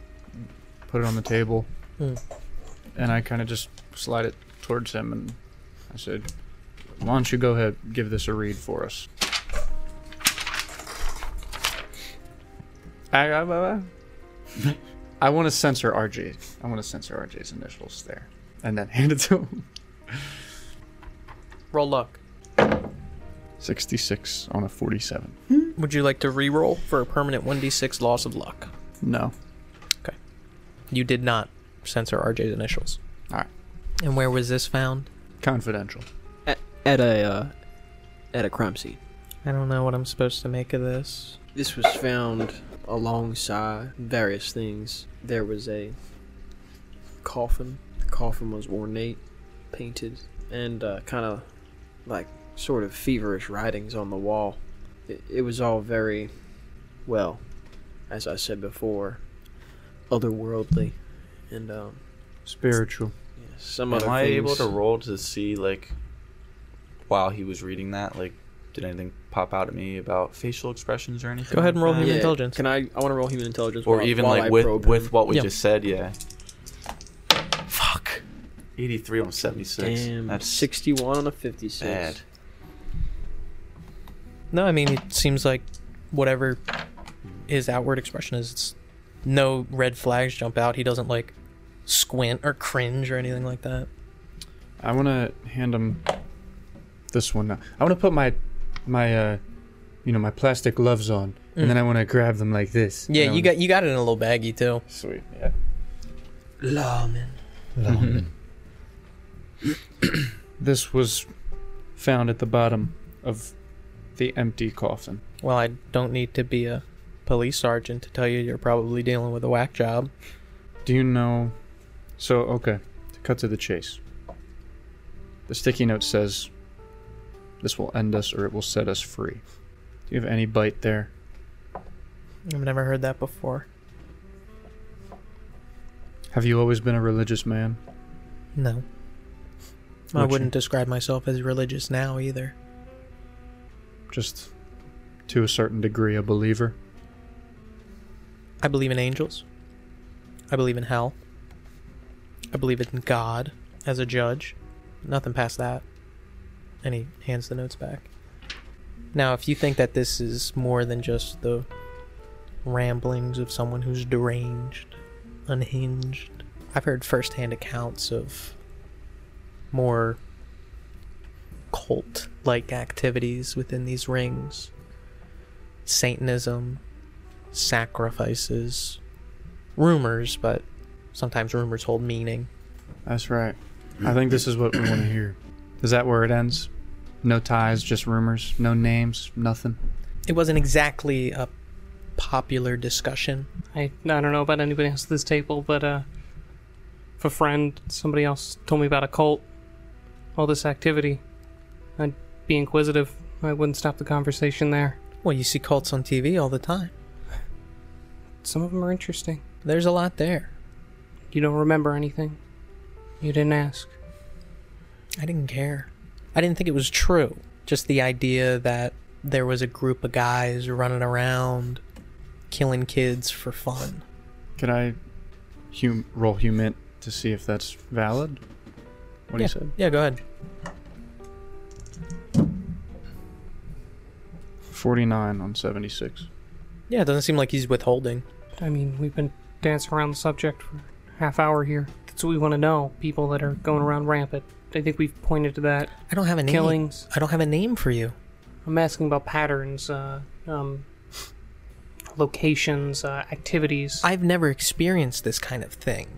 S6: put it on the table,
S4: Hmm.
S6: and I kind of just slide it towards him and I said, Why don't you go ahead give this a read for us? I, I, I, I want to censor RJ. I want to censor RJ's initials there and then <laughs> hand it to him.
S4: Roll luck.
S6: 66 on a 47.
S4: Would you like to re-roll for a permanent 1d6 loss of luck?
S6: No.
S4: You did not censor RJ's initials.
S6: All right.
S4: And where was this found?
S6: Confidential.
S3: At a uh, at a crime scene.
S4: I don't know what I'm supposed to make of this.
S3: This was found alongside various things. There was a coffin. The coffin was ornate, painted, and uh, kind of like sort of feverish writings on the wall. It, it was all very, well, as I said before, otherworldly. And um,
S6: Spiritual.
S3: yeah, some other
S7: Am I
S3: things,
S7: able to roll to see like while he was reading that? Like, did anything pop out at me about facial expressions or anything?
S4: Go ahead and roll
S7: like
S4: human
S3: Yeah,
S4: intelligence.
S3: Can I? I want to roll human intelligence.
S7: that? Or
S3: while-
S7: even
S3: while I
S7: like with
S3: probe him.
S7: with what we
S4: Yeah.
S7: just said. Yeah,
S4: Fuck.
S7: eighty three on seventy six.
S3: Damn,
S7: That's six.
S3: 61 on a 56.
S7: Bad.
S4: No, I mean it seems like whatever his outward expression is, it's no red flags jump out. He doesn't like squint or cringe or anything like that.
S6: I want to hand him this one now. I want to put my my uh you know my plastic gloves on, and then I want to grab them like this.
S4: Mm. Yeah,
S6: And I
S4: you
S6: wanna-
S4: got you got it in a little baggie too.
S6: sweet. Yeah.
S4: Lawman.
S6: This was found at the bottom of the empty coffin.
S4: Well, I don't need to be a police sergeant to tell you you're probably dealing with a whack job.
S6: Do you know? So okay, to cut to the chase. The sticky note says, "This will end us, or it will set us free." Do you have any bite there?
S4: I've never heard that before.
S6: Have you always been a religious man?
S4: No. I
S6: Would you-
S4: wouldn't describe myself as religious now either.
S6: Just to a certain degree, a believer.
S4: I believe in angels. I believe in hell. I believe in God as a judge. Nothing past that. And he hands the notes back. Now, if you think that this is more than just the ramblings of someone who's deranged, unhinged, I've heard firsthand accounts of more cult like activities within these rings Satanism, sacrifices. Rumors, but sometimes rumors hold meaning.
S6: That's right. I think this is what we want to hear. Is that where it ends? No ties, just rumors, no names, nothing.
S4: It wasn't exactly a popular discussion.
S8: I, I don't know about anybody else at this table, but uh, if a friend, somebody else told me about a cult, all this activity, I'd be inquisitive. I wouldn't stop the conversation there.
S4: Well, you see cults on TV all the time.
S8: Some of them are interesting.
S4: There's a lot there.
S8: You don't remember anything. You didn't ask.
S4: I didn't care. I didn't think it was true. Just the idea that there was a group of guys running around killing kids for fun.
S6: Could I hum- roll human to see if that's valid? What
S4: yeah.
S6: he said?
S4: Yeah, go ahead.
S6: 49 on 76.
S4: Yeah, it doesn't seem like he's withholding.
S8: I mean, we've been dancing around the subject for half hour here. That's what we want to know. People that are going around rampant. I think we've pointed to that.
S4: I don't have a name.
S8: Killings.
S4: I don't have a name for you.
S8: I'm asking about patterns, uh, um, locations, uh, activities.
S4: I've never experienced this kind of thing.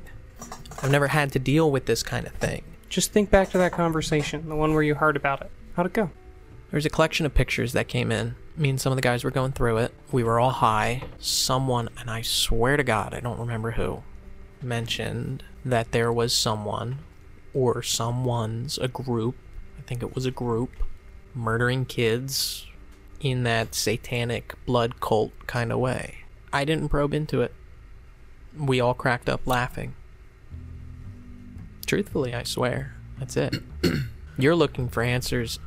S4: I've never had to deal with this kind of thing.
S8: Just think back to that conversation, the one where you heard about it. How'd it go?
S4: There's a collection of pictures that came in. Me and some of the guys were going through it. We were all high. Someone, and I swear to God, I don't remember who, mentioned that there was someone or someone's, a group, I think it was a group, murdering kids in that satanic blood cult kind of way. I didn't probe into it. We all cracked up laughing. Truthfully, I swear. That's it. You're looking for answers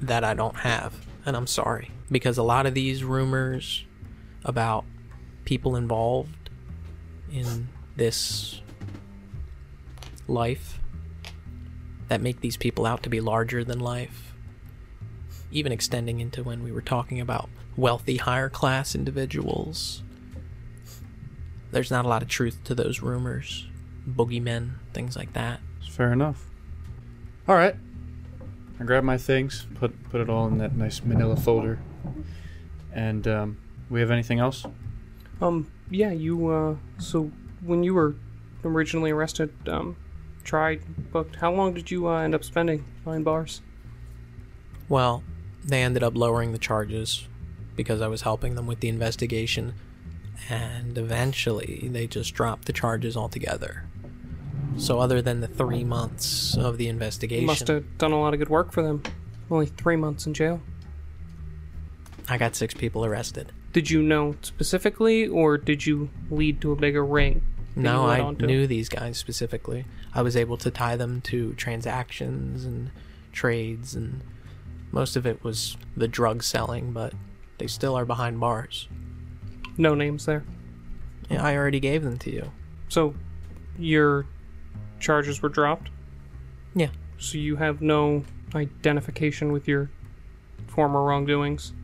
S4: that I don't have, and I'm sorry because a lot of these rumors about people involved in this life that make these people out to be larger than life, even extending into when we were talking about wealthy higher class individuals. There's not a lot of truth to those rumors, boogeymen, things like that.
S6: Fair enough. All right. I grab my things, put put it all in that nice Manila folder, and um, we have anything else?
S8: Um, yeah, you, uh, so when you were originally arrested, um, tried, booked, how long did you uh, end up spending behind bars?
S4: Well, they ended up lowering the charges because I was helping them with the investigation, and eventually they just dropped the charges altogether. So, other than the three months of the
S8: You
S4: investigation,
S8: must have done a lot of good work for them. Only three months in jail.
S4: I got six people arrested.
S8: Did you know specifically, or did you lead to a bigger ring? that you
S4: No,
S8: led
S4: I
S8: on to?
S4: knew these guys specifically. I was able to tie them to transactions and trades, and most of it was the drug selling, but they still are behind bars.
S8: No names there.
S4: Yeah, I already gave them to you.
S8: So, your charges were dropped?
S4: Yeah.
S8: So you have no identification with your former wrongdoings?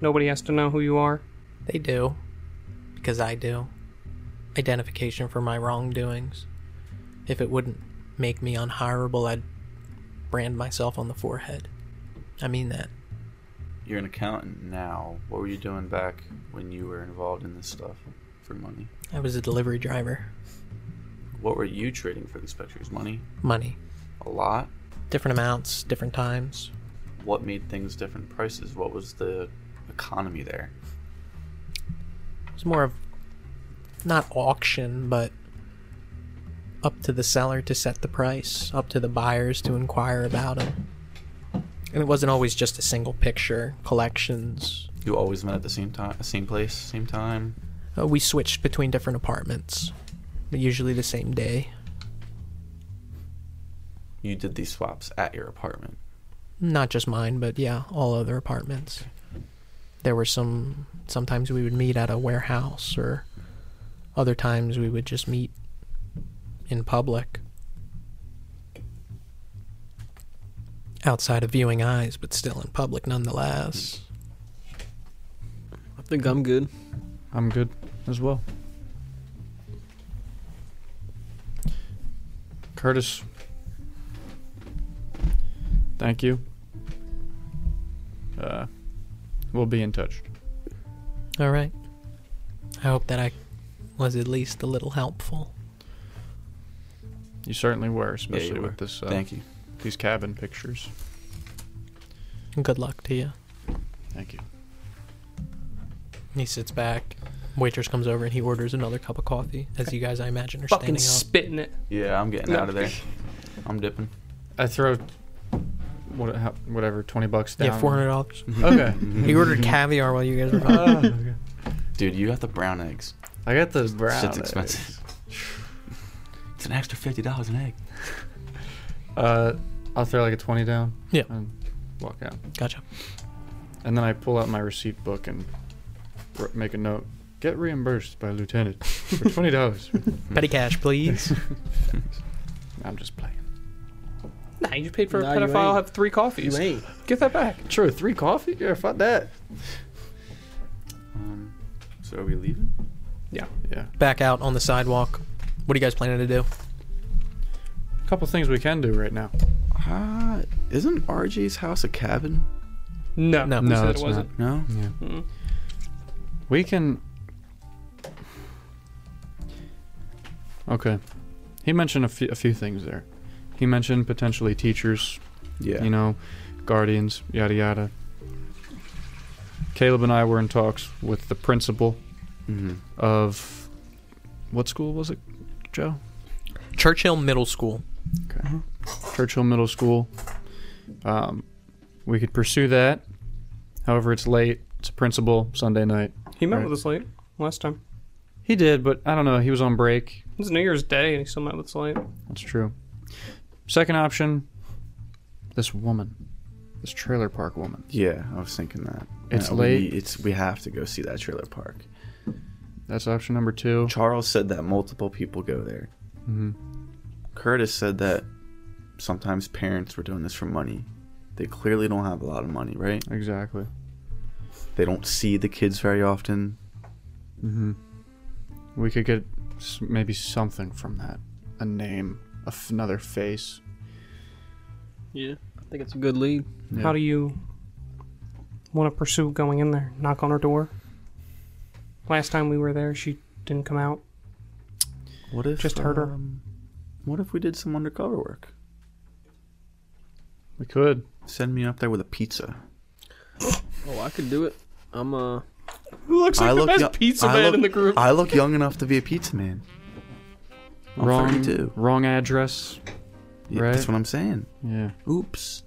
S8: Nobody has to know who you are?
S4: They do. Because I do. Identification for my wrongdoings. If it wouldn't make me unhirable, I'd brand myself on the forehead. I mean that.
S7: You're an accountant now. What were you doing back when you were involved in this stuff for money?
S4: I was a delivery driver.
S7: What were you trading for these pictures? Money?
S4: Money.
S7: A lot?
S4: Different amounts, different times.
S7: What made things different prices? What was the economy there?
S4: It's more of not auction, but up to the seller to set the price, up to the buyers to inquire about them. And it wasn't always just a single picture, collections,
S7: You always met at the same time, same place, same time.
S4: Uh, we switched between different apartments, but usually the same day.
S7: You did these swaps at your apartment.
S4: Not just mine, but yeah, all other apartments. There were some. Sometimes we would meet at a warehouse, or other times we would just meet in public. Outside of viewing eyes, but still in public nonetheless.
S3: I think I'm good.
S6: I'm good as well. Curtis, thank you. Uh, we'll be in touch.
S4: All right. I hope that I was at least a little helpful.
S6: You certainly were, especially
S7: were.
S6: with this. Uh,
S7: Thank you.
S6: These cabin pictures.
S4: Good luck to you.
S6: Thank you.
S4: He sits back. Waitress comes over and he orders another cup of coffee. As you guys, I imagine, are
S8: Fucking
S4: standing up.
S8: spitting it.
S7: Yeah, I'm getting
S8: No.
S7: out of there. I'm dipping.
S6: I throw what, how, whatever twenty bucks down.
S4: Yeah, four hundred dollars.
S6: <laughs>
S7: <laughs>
S6: Okay.
S4: he ordered caviar while you guys were gone.
S6: Ah, okay.
S7: Mhm. Dude, you got the brown eggs.
S6: <laughs> I got the brown.
S7: Shit's
S6: egg.
S7: expensive. it's an extra fifty dollars an egg.
S6: Uh, I'll throw like a twenty down.
S4: Yeah.
S6: And walk out,
S4: <laughs> Gotcha.
S6: and then I pull out my receipt book and r- make a note. Get reimbursed by lieutenant for twenty
S8: <laughs>
S6: dollars.
S4: Petty cash, <laughs> please.
S6: I'm just playing.
S8: Nah, you paid for
S3: Nah,
S8: a
S3: you
S8: pedophile,
S3: ain't.
S8: have three coffees.
S3: ain't.
S8: Get that back.
S6: True. Three coffee? Yeah, fuck that.
S7: Um, so are we leaving?
S6: Yeah.
S4: back out on the sidewalk. What are you guys planning to do?
S6: A couple things we can do right now.
S7: Uh, isn't RJ's house a cabin?
S8: No,
S4: No.
S8: you
S6: No,
S8: said it Hmm.
S6: it's
S8: wasn't.
S7: No.
S6: We can. Okay. He mentioned a few, a few things there. He mentioned potentially teachers,
S7: Yeah.
S6: you know, guardians, yada yada. Caleb and I were in talks with the principal
S7: hmm
S6: of what school was it, Joe?
S4: Churchill Middle School.
S6: Churchill Middle School. Um, we could pursue that. However, it's late. It's a principal Sunday night.
S8: He met
S6: Right.
S8: with us late last time.
S6: He did, but I don't know. He was on break.
S8: It was New Year's Day and he still met with us late.
S6: That's true. Second option, This woman, this trailer park woman.
S7: Yeah, I was thinking that.
S6: It's
S7: Yeah, we
S6: late.
S7: need- it's we have to go see that trailer park.
S6: That's option number two.
S7: Charles said that multiple people go there.
S6: Mhm.
S7: Curtis said that sometimes parents were doing this for money. They clearly don't have a lot of money, right?
S6: Exactly.
S7: They don't see the kids very often.
S6: Mm-hmm. We could get s- maybe something from that. A name, a f- another face.
S3: Yeah, I think it's a good lead.
S8: How do you want to pursue going in there? Knock on her door. Last time we were there, she didn't come out.
S7: What if
S8: Just heard her.
S7: um, What if we did some undercover work?
S6: We could.
S7: Send me up there with a pizza.
S3: Oh, I could do it. I'm uh
S8: Looks
S7: I look yo- I look-
S8: group.
S7: I look young enough to be a pizza man. I'm
S6: wrong.
S7: 32.
S6: Wrong address.
S7: Yeah,
S6: Right.
S7: That's what I'm saying.
S6: Yeah.
S7: Oops.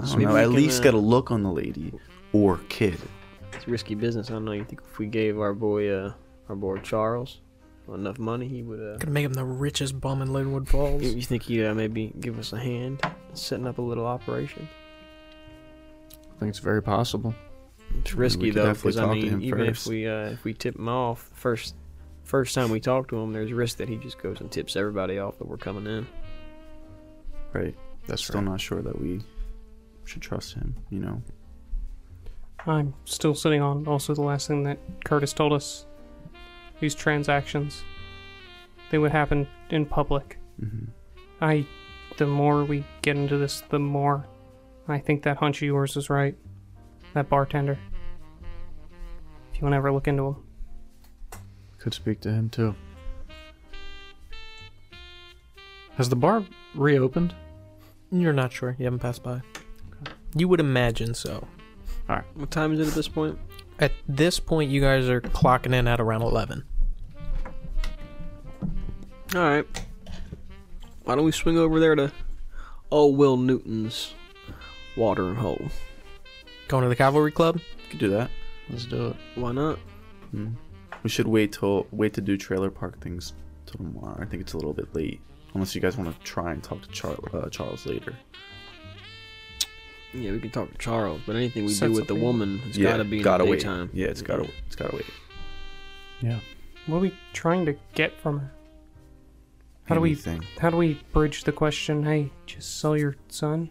S7: I
S3: So
S7: don't
S3: maybe
S7: know.
S3: we
S7: At
S3: can,
S7: least
S3: uh,
S7: get a look on the lady or kid.
S3: it's risky business. I don't know. You think if we gave our boy uh our boy Charles enough money, he would uh
S4: Gonna make him the richest bum in Linwood
S3: you,
S4: Falls.
S3: you think he'd uh, maybe give us a hand in setting up a little operation?
S6: I think it's very possible.
S3: It's risky
S7: could
S3: though,
S7: definitely
S3: because I
S7: talk to
S3: mean,
S7: him
S3: even
S7: first.
S3: if we uh, if we tip him off first first time we talk to him, there's risk that he just goes and tips everybody off that we're coming in.
S7: Right.
S6: That's
S7: Still
S6: right.
S7: not sure that we should trust him, you know?
S8: I'm still sitting on also the last thing that Curtis told us. These transactions, they would happen in public.
S7: hmm
S8: I, the more we get into this, the more I think that hunch of yours is right. That bartender. If you want to ever look into him,
S6: Could speak to him too. Has the bar reopened?
S4: You're not sure. You haven't passed by. You would imagine so.
S3: What time is it at this point?
S4: At this point, you guys are clocking in at around 11.
S3: All right. Why don't we swing over there to Old Will Newton's watering hole?
S4: Going to the Cavalry Club?
S7: Could do that.
S6: Let's do it.
S3: Why not?
S7: Mm. We should wait till wait to do trailer park things till tomorrow. I think it's a little bit late. Unless you guys want to try and talk to Char- uh, Charles later.
S3: Yeah, we can talk to Charles, but anything we
S8: Set
S3: do with the
S8: something up.
S3: woman has
S7: Yeah,
S3: gotta be in
S7: gotta
S3: the
S7: wait.
S3: daytime.
S7: Yeah, it's gotta it's gotta wait.
S8: what are we trying to get from her? How do we-
S7: Anything.
S8: How do we bridge the question? Hey, just sell your son.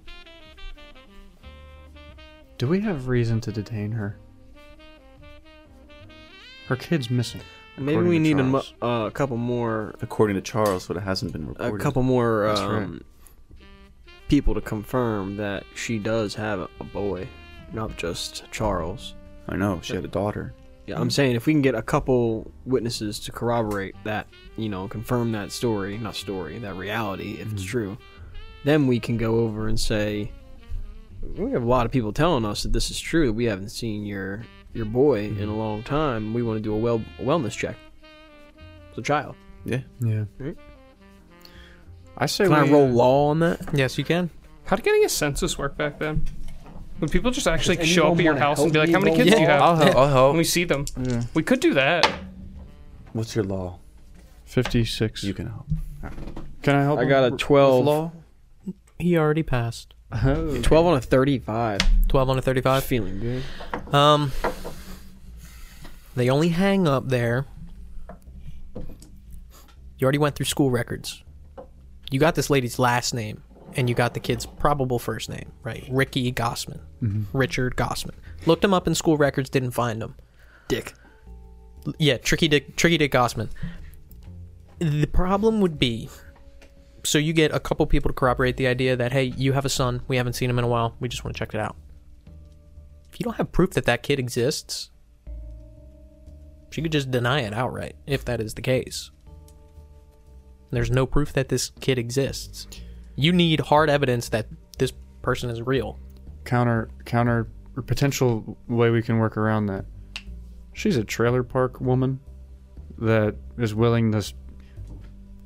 S6: Do we have reason to detain her? Her kid's missing.
S3: Maybe
S6: according
S3: we
S6: to
S3: need a, mu-
S6: Charles.
S3: uh, a couple more,
S7: According to Charles, but it hasn't been
S3: a
S7: reported.
S3: couple more
S6: That's
S3: um, people to confirm that she does have a, a boy, not just Charles.
S7: I know she had a daughter.
S3: Yeah, I'm saying if we can get a couple witnesses to corroborate that, you know, confirm that story, not story, that reality, if it's true, then we can go over and say, we have a lot of people telling us that this is true. that We haven't seen your your boy in a long time. We want to do a well a wellness check. It's a child.
S6: Yeah.
S3: Right?
S6: I say
S3: Can I
S6: we,
S3: roll
S6: uh,
S3: law on that?
S4: Yes, you can.
S8: How did getting a census work back then? Would people just actually
S3: Does
S8: show
S3: anyone
S8: up at your
S3: wanna
S8: house and
S3: help
S8: be like,
S3: me
S8: "How many
S3: roll
S8: kids do you have?"
S7: I'll help. I'll
S8: And we
S7: help.
S8: see them.
S6: Yeah.
S8: We could do that.
S7: What's your law?
S6: 56.
S7: You can help.
S6: can I help?
S3: I got a
S6: him with
S3: 12.
S6: law?
S4: He already passed.
S6: Oh.
S3: Twelve on a thirty-five.
S4: 12 on a
S3: I'm
S4: 35.
S3: feeling good.
S4: Um, the only hang up there, you already went through school records. You got this lady's last name, and you got the kid's probable first name, right? Ricky Gossman. Richard Gossman. Looked him up in school records, didn't find him.
S3: Dick.
S4: Yeah, Tricky Dick, Tricky Dick Gossman. The problem would be so you get a couple people to corroborate the idea that, hey, you have a son. We haven't seen him in a while. We just want to check it out. If you don't have proof that that kid exists, she could just deny it outright if that is the case. There's no proof that this kid exists. You need hard evidence that this person is real.
S6: Counter, counter, or potential way we can work around that. She's a trailer park woman that is willing to s-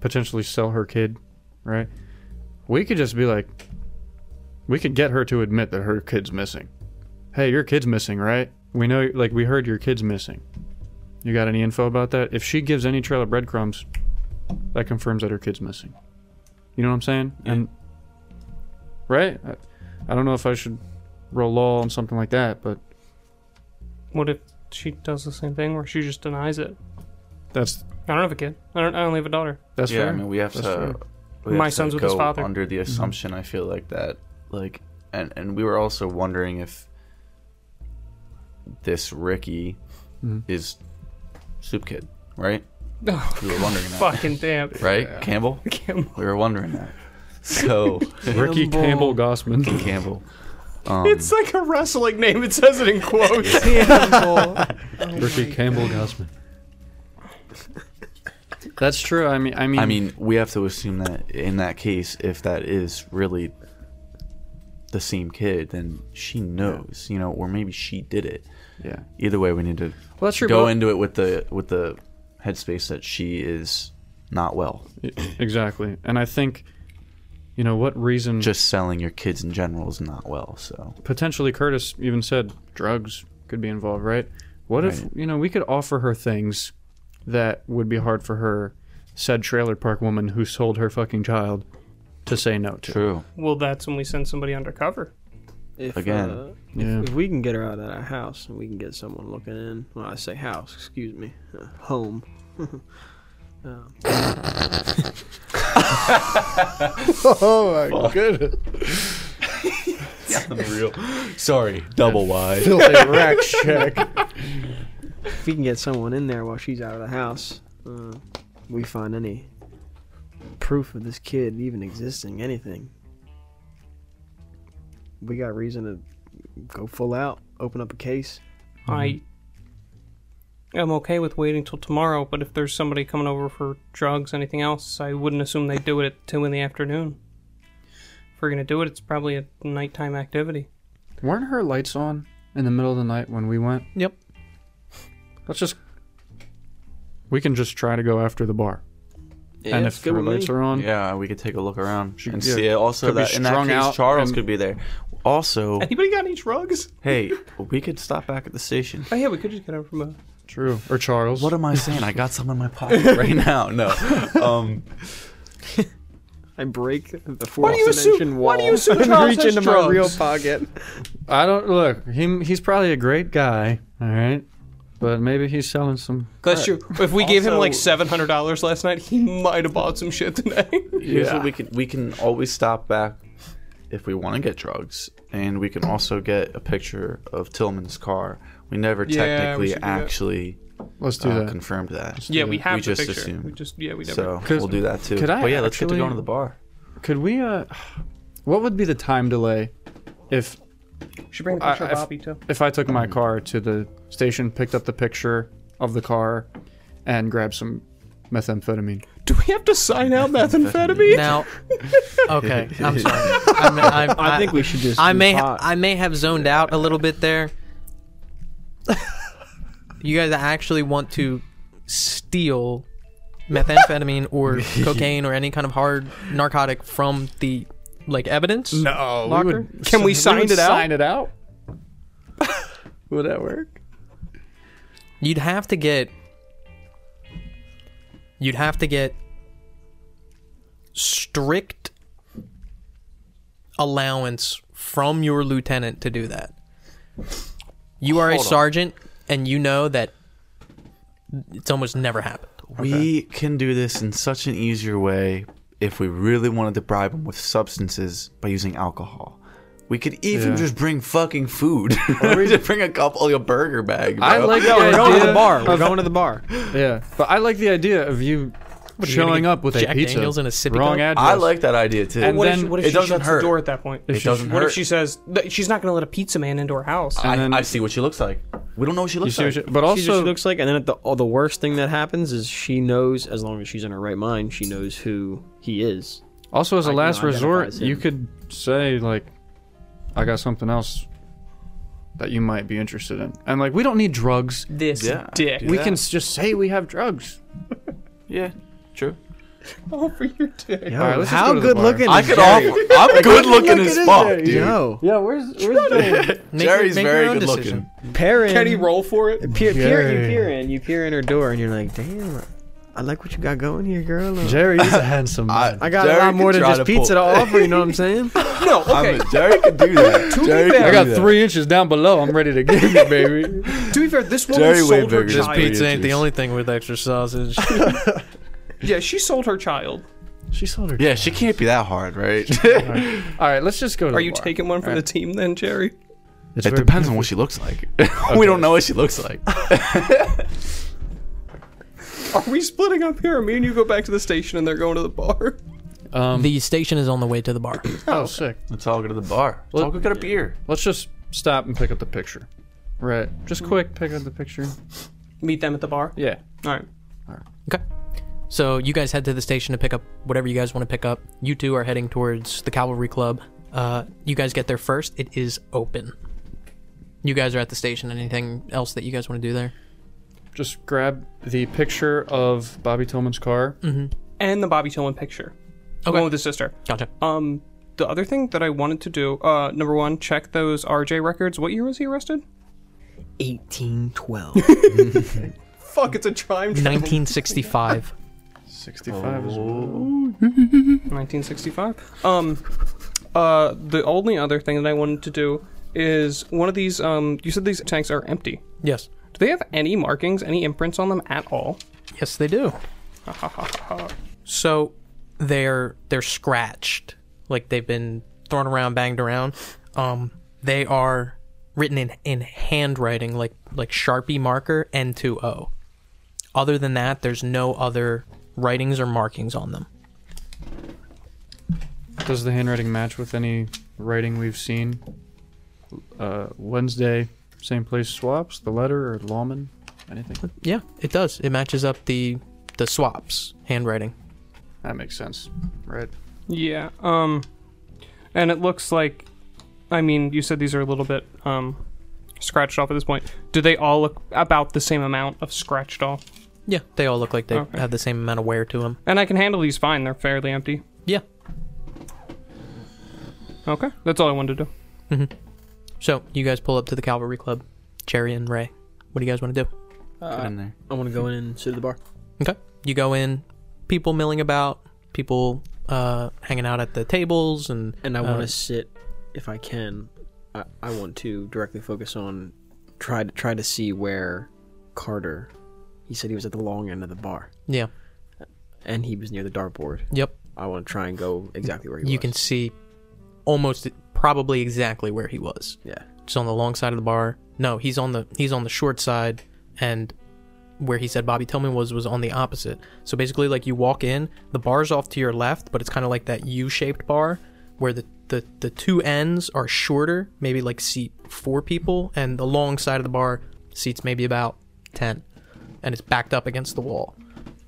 S6: potentially sell her kid, right? We could just be like, we could get her to admit that her kid's missing. Hey, your kid's missing, right? We know, like, we heard your kid's missing. You got any info about that? If she gives any trail of breadcrumbs, that confirms that her kid's missing. You know what I'm saying? And right? I, I don't know if I should roll law on something like that, but
S8: What if she does the same thing where she just denies it?
S6: that's
S8: I don't have a kid. I don't. I only have a daughter. <laughs>
S6: that's
S7: yeah,
S6: fair.
S7: I mean, we have
S6: That's fair.
S7: to. we
S8: My
S7: have to
S8: son's with his
S7: go
S8: father.
S7: Under the assumption, I feel like that, like, and and we were also wondering if this Ricky
S6: Mhm.
S7: is Soup Kid, right?
S8: Oh,
S3: <laughs>
S7: We were wondering that,
S8: fucking damn.
S7: right? Campbell.
S8: Kim.
S7: We were wondering <laughs> that. So
S6: Ricky Campbell Gossman.
S7: Campbell. Um,
S8: It's like a wrestling name. It says it in quotes.
S6: Ricky Campbell Gossman. That's true. I mean, I mean,
S7: I mean, we have to assume that in that case, if that is really the same kid, then she knows, you know, or maybe she did it.
S6: yeah.
S7: Either way, we need to
S6: Well, that's true.
S7: go
S6: but-
S7: into it with the with the headspace that she is not well.
S6: exactly, and I think, you know, what reason?
S7: Just selling your kids in general is not well. So
S6: potentially Curtis even said drugs could be involved, right? What if,
S7: Right.
S6: you know, we could offer her things that would be hard for her said trailer park woman who sold her fucking child to say no to.
S7: true.
S8: well, that's when we send somebody undercover.
S3: If,
S7: Again.
S3: uh,
S6: Yeah.
S3: if we can get her out of that house and we can get someone looking in, well, I say house, excuse me, uh, home. um,
S9: Oh my
S7: <laughs>
S9: goodness.
S7: Sorry, double wide.
S9: Filthy
S7: <laughs>
S9: rack check.
S3: if we can get someone in there while she's out of the house, uh, we find any proof of this kid even existing, anything, we got reason to go full out, open up a case.
S8: I am okay with waiting till tomorrow, but if there's somebody coming over for drugs, anything else, I wouldn't assume they do it at two in the afternoon. If we're gonna do it, it's probably a nighttime activity.
S6: Weren't her lights on in the middle of the night when we went?
S4: Yep.
S6: Let's just. We can just try to go after the bar. and if her lights are on,
S7: Yeah, we could take a look around and
S6: yeah,
S7: see. Also,
S6: could be
S7: that in that
S6: strung
S7: case,
S6: out
S7: Charles
S6: and-
S7: could be there.
S6: <laughs>
S7: Also,
S8: Anybody got any drugs?
S7: hey, we could stop back at the station.
S8: Oh yeah, we could just get over from a.
S6: true. Or Charles.
S7: What am I saying? I got some in my pocket
S8: <laughs>
S7: right now. No. Um,
S3: I break the
S8: do you
S3: fourth-dimension
S8: assume-
S3: wall
S8: why do you
S3: <laughs>
S8: assume
S3: and
S8: Charles
S3: reach
S8: has
S3: into my
S8: drugs?
S3: real pocket.
S6: I don't look. He he's probably a great guy. All right, but maybe he's selling some.
S8: That's true. If we gave him
S7: Also-
S8: like seven hundred dollars last night, he might have bought some shit <laughs> today.
S7: here's what we can we can always stop back if we want to get drugs, and we can also get a picture of Tillman's car. We never
S8: Yeah,
S7: technically
S8: we should do that.
S7: actually
S6: Let's do
S7: uh,
S6: that.
S7: confirmed that.
S8: yeah, we have
S7: We
S8: the
S7: just
S8: picture.
S7: assume.
S8: We just yeah, we never.
S7: So
S6: Could-
S7: we'll do that too.
S6: could I
S7: but yeah, let's get to
S6: actually-
S7: going to the bar.
S6: Could we? uh What would be the time delay if
S8: Should bring the
S6: I-
S8: picture
S6: I-
S8: of Bobby too.
S6: if I took
S7: Mm.
S6: my car to the station, picked up the picture of the car, and grabbed some methamphetamine?
S8: Do we have to sign <laughs> out methamphetamine?
S4: Now, <laughs> okay, I'm
S3: <laughs>
S4: sorry. I'm, I'm,
S3: I think we should just.
S4: I
S3: do
S4: may
S3: pot.
S4: I may have zoned out a little
S3: <laughs>
S4: bit there. you guys actually want to steal methamphetamine
S3: <laughs>
S4: or cocaine or any kind of hard narcotic from the like evidence?
S6: No,
S4: Locker?
S8: Can we sign it out?
S6: Sign it out. would that work?
S4: You'd have to get you'd have to get strict allowance from your lieutenant to do that. You are a sergeant and you know that it's almost never happened.
S7: We can do this in such an easier way if we really wanted to bribe him with substances by using alcohol. We could even
S6: Yeah.
S7: just bring fucking food. <laughs> just bring a couple, like a burger bag. Bro.
S6: I like the
S3: We're going to
S6: idea
S3: the bar. We're
S6: of-
S3: going to the bar.
S6: Yeah, but I like the idea of you
S4: you gonna
S6: showing
S4: get
S6: up with
S4: Jack
S6: a pizza.
S4: Daniels and a sippy
S6: Wrong
S4: cup?
S6: address.
S7: I like that idea too.
S6: And
S8: what if
S6: then-
S8: she, what if
S7: It
S8: she
S7: doesn't
S8: shuts
S7: hurt.
S8: the door at that point?
S7: it doesn't
S8: What
S7: hurt.
S8: if she says that she's not going to let a pizza man into her house?
S7: I,
S6: then-
S7: I see what she looks like. We don't know what she
S6: You
S7: looks
S6: see
S7: like.
S6: what she, but
S3: she just
S6: also,
S3: looks like, and then the, oh, the worst thing that happens is she knows, as long as she's in her right mind, she knows who he is.
S6: also as a
S3: like, you
S6: last
S3: know,
S6: resort,
S3: identifies him.
S6: you could say like, "I got something else that you might be interested in," and like, we don't need drugs.
S8: This
S7: Yeah,
S8: dick.
S7: dude.
S6: We
S7: Yeah.
S6: can s- just say we have drugs.
S7: yeah, true.
S8: Oh, for your dick.
S3: Yo,
S6: All right, let's just
S3: how
S6: go to the
S3: good
S6: bar.
S3: looking
S7: I
S3: is
S7: could
S3: Jerry?
S7: offer. I'm good looking as fuck, dude.
S3: Yo,
S6: Yeah, where's where's the
S4: Make your-
S7: Jerry's
S4: make your
S7: very
S4: own
S7: good
S4: decision.
S7: looking.
S3: peer in,
S8: Can he roll for it?
S3: peer, peer, you
S6: Jerry.
S3: peer in, you peer in her door, and you're like, damn, I like what you got going here, girl. Uh,
S6: Jerry is a handsome man.
S3: I got
S7: Jerry
S3: a lot more
S7: could
S3: than
S7: try
S3: just
S7: to
S3: pizza to
S7: pull-
S3: offer. You know <laughs> what I'm saying?
S4: No, okay.
S7: I'm a, Jerry can do that.
S6: <laughs>
S4: To be
S7: Jerry
S4: fair-
S7: can
S6: I got
S7: do that.
S6: three inches down below. I'm ready to give you, baby.
S3: <laughs>
S4: to be fair, this woman
S7: Jerry way
S4: sold her
S7: bigger than
S4: child.
S7: me.
S4: Pizza.
S7: Pizza ain't the only
S5: thing with extra
S4: <laughs>
S5: sausage.
S8: Yeah, she sold her child.
S6: She sold her.
S7: Yeah, she can't be that hard,
S6: <laughs>
S7: right?
S6: All right, let's just go to
S8: Are
S6: the
S8: you
S6: bar.
S8: taking one for the
S6: Alright.
S8: team then, Jerry?
S6: It's
S7: it
S6: very
S7: depends on what she looks like. <laughs> we don't know what she looks like.
S8: Are we splitting up here? Or me and you go back to the station and they're going to the bar.
S6: beautiful. Um,
S4: The station is on the way to the bar.
S6: oh, sick.
S7: Let's all go to the bar. Let's
S6: Well-
S7: all go get a beer.
S6: Let's just stop and pick up the picture. Right. Just quick, pick up the picture.
S8: Meet them at the bar.
S6: Yeah.
S8: All right.
S4: Okay. So you guys head to the station to pick up whatever you guys want to pick up. You two are heading towards the Cavalry Club. Uh, you guys get there first. It is open. You guys are at the station. Anything else that you guys want to do there?
S6: Just grab the picture of Bobby Tillman's car.
S8: And the Bobby Tillman picture.
S4: Okay.
S8: Going with his sister.
S4: Gotcha.
S8: Um, the other thing that I wanted to do, uh, number one, check those RJ records. What year was he arrested?
S10: 1812.
S8: <laughs> Fuck, it's a time travel.
S4: 1965.
S6: 65 is well.
S8: 1965. Um, uh, the only other thing that I wanted to do is one of these. Um, you said these tanks are empty.
S4: yes.
S8: Do they have any markings, any imprints on them at all?
S4: Yes, they do. so they're they're scratched, like they've been thrown around, banged around. Um, they are written in, in handwriting, like like Sharpie marker N two O. Other than that, there's no other writings or markings on them.
S6: Does the handwriting match with any writing we've seen? Uh, Wednesday, same place swaps, the letter or lawman? Anything?
S4: Yeah, it does. It matches up the the swaps handwriting.
S6: That makes sense. Right.
S8: Yeah. Um, and it looks like, I mean, you said these are a little bit um, scratched off at this point. Do they all look about the same amount of scratched off?
S4: Yeah, they all look like they
S8: Okay.
S4: have the same amount of wear to them.
S8: And I can handle these fine. They're fairly empty.
S4: Yeah.
S8: Okay, that's all I wanted to do.
S4: So you guys pull up to the Cavalry Club, Jerry and Ray. What do you guys want to do?
S7: Get in there.
S3: I want to go in and sit at the bar.
S4: Okay. You go in, people milling about, people uh, hanging out at the tables, and
S3: And I want
S4: Uh,
S3: to sit, if I can. I, I want to directly focus on try to try to see where Carter. He said he was at the long end of the bar,
S4: yeah,
S3: and he was near the dartboard.
S4: yep.
S3: I want to try and go exactly where he was.
S4: You can see almost probably exactly where he was.
S3: Yeah.
S4: Just on the long side of the bar. No, he's on the he's on the short side, and where he said Bobby Tillman was was on the opposite. So basically, like you walk in, the bar's off to your left, but it's kind of like that U-shaped bar where the the, the two ends are shorter, maybe like seat four people, and the long side of the bar seats maybe about ten, and it's backed up against the wall.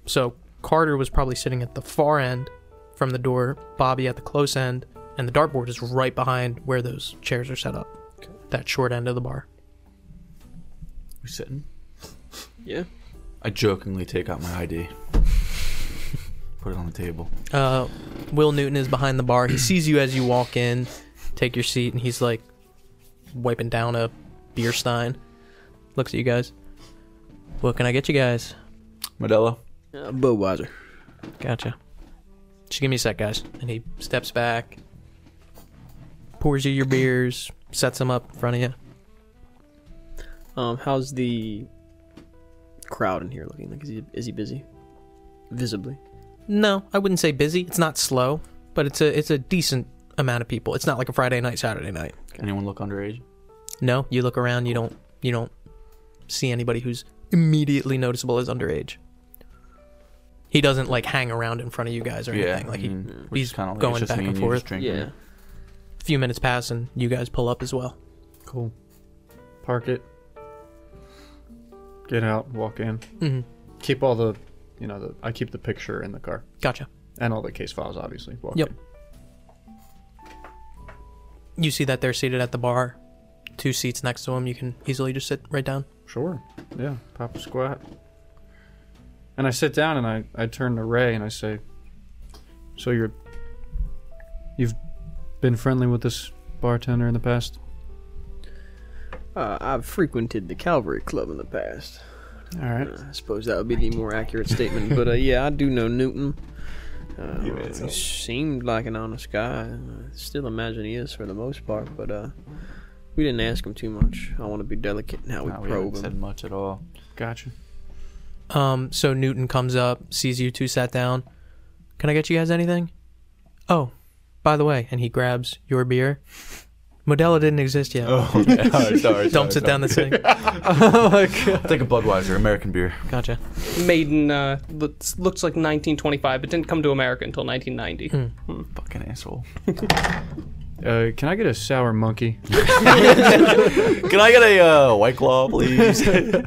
S4: So Carter was probably sitting at the far end from the door, Bobby at the close end, and the dartboard is right behind where those chairs are set up. That short end of the bar.
S7: We sitting?
S3: Yeah.
S7: I jokingly take out my <laughs> ID. Put it on the table.
S4: Uh, Will Newton is behind the bar. He sees you as you walk in, take your seat, and he's like wiping down a beer stein. Looks at you guys. What can I get you guys?
S7: Modelo.
S3: Uh, Budweiser.
S4: Gotcha. Just give me a sec, guys. And he steps back, pours you your beers, sets them up in front of you.
S3: Um, how's the crowd in here looking? Like, is he is he busy? Visibly.
S4: No, I wouldn't say busy. It's not slow, but it's a it's a decent amount of people. It's not like a Friday night, Saturday night.
S7: Anyone look underage?
S4: No, you look around, you don't you don't see anybody who's immediately noticeable as underage. He doesn't like hang around in front of you guys or anything. like
S7: I
S4: he,
S7: mean, we're
S4: he's
S7: just mm-hmm. kinda
S4: going
S7: like, it's just
S4: back
S7: me
S4: and
S7: you just
S4: forth.
S7: drinking.
S3: Yeah.
S4: a few minutes pass and you guys pull up as well.
S6: Cool. Park it. Get out, walk in.
S4: Mhm.
S6: Keep all the, you know, the, I keep the picture in the car
S4: Gotcha.
S6: and all the case files, obviously. Walk
S4: Yep.
S6: in.
S4: You see that they're seated at the bar, two seats next to him. You can easily just sit right down.
S6: Sure. Yeah. Pop a squat. And I sit down and I, I turn to Ray and I say, So you're. You've been friendly with this bartender in the past?
S3: Uh, I've frequented the Calvary Club in the past.
S6: All right.
S3: I suppose that would be the more accurate statement. But uh, yeah, I do know Newton. Uh,
S7: You made it
S3: he
S7: up.
S3: seemed like an honest guy. and I still imagine he is for the most part. But uh, we didn't ask him too much. I want to be delicate in how we
S7: Nah, we
S3: probe
S7: haven't said
S3: him.
S7: much at all.
S6: Gotcha.
S4: Um, so Newton comes up, sees you two sat down. Can I get you guys anything? Oh, by the way, and he grabs your beer. Modelo didn't exist yet.
S7: <laughs> sorry, Oh, sorry,
S4: Dumps <laughs> it down the sink.
S7: Take a Budweiser, American beer.
S4: Gotcha.
S8: Made in uh, looks, looks like 1925, but didn't come to America until 1990.
S7: Fucking asshole.
S6: Uh, can I get a sour monkey?
S7: Can I get a uh, white claw, <laughs> please?
S4: You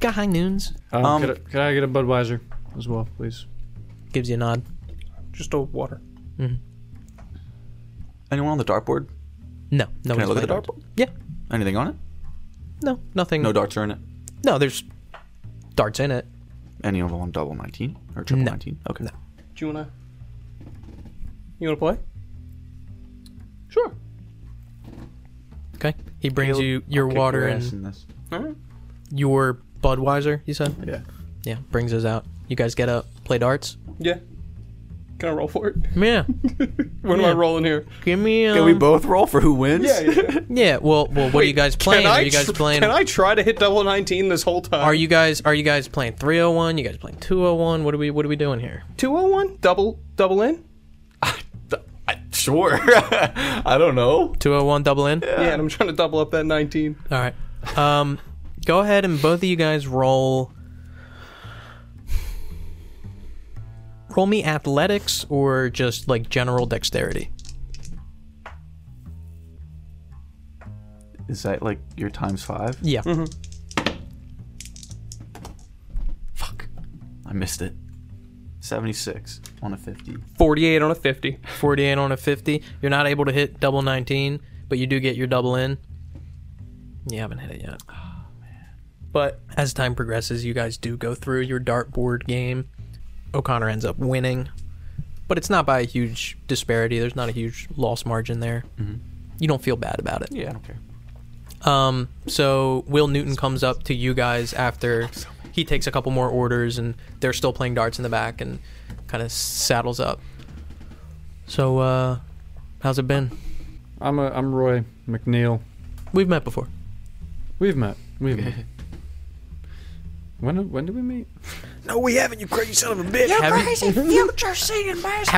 S4: got high noons?
S6: Um,
S7: Um,
S6: could, I, could I get a Budweiser as well, please?
S4: Gives you a nod.
S8: Just old water.
S7: Anyone on the dartboard?
S4: No, no.
S7: Can I
S4: one's
S7: look at the
S4: playing.
S7: dartboard? Mm.
S4: Yeah.
S7: Anything on it?
S4: No, nothing.
S7: No darts are in it.
S4: No, there's darts in it.
S7: Any of them on double nineteen or triple
S4: No.
S7: nineteen? Okay.
S4: No.
S8: Do you wanna? You wanna play?
S7: Sure.
S4: Okay. He brings you your
S7: Kick
S4: water
S7: ass
S4: and
S7: in this.
S4: your Budweiser. You said.
S7: Yeah.
S4: Yeah. Brings those out. You guys get up, play darts.
S8: Yeah. Can I roll for it? <laughs>
S4: Yeah.
S8: What am
S4: Yeah.
S8: I rolling here?
S4: Give me. Um,
S7: <laughs> Can we both roll for who wins?
S4: Yeah. Well. Well. What are you guys playing? Are you guys
S8: tr-
S4: playing?
S8: Can I try to hit double nineteen this whole time?
S4: Are you guys are you guys playing 301? You guys playing 201? What are we what are we doing here?
S8: two oh one? Double double in?
S7: I- sure. <laughs> I don't know.
S4: 201 double in.
S8: Yeah. and I'm trying to double up that nineteen.
S4: All right. Um go ahead and both of you guys roll roll me athletics or just like general dexterity.
S7: Is that like your times five?
S4: Yeah.
S7: Fuck. I missed it. Seventy six on a fifty.
S8: Forty eight on a fifty.
S4: 48 on a 50. You're not able to hit double 19, but you do get your double in. You haven't hit it yet.
S8: Oh,
S4: But as time progresses, you guys do go through your dartboard game. O'Connor ends up winning, but it's not by a huge disparity. There's not a huge loss margin there.
S8: Mm-hmm.
S4: You don't feel bad about it.
S7: Yeah, I don't care.
S4: Um, so Will Newton comes up to you guys after he takes a couple more orders, and they're still playing darts in the back, and kind of saddles up. So, uh, how's it been?
S6: I'm a, I'm Roy McNeil.
S4: We've met before.
S6: We've met. We've met. When when did we meet?
S4: have You, have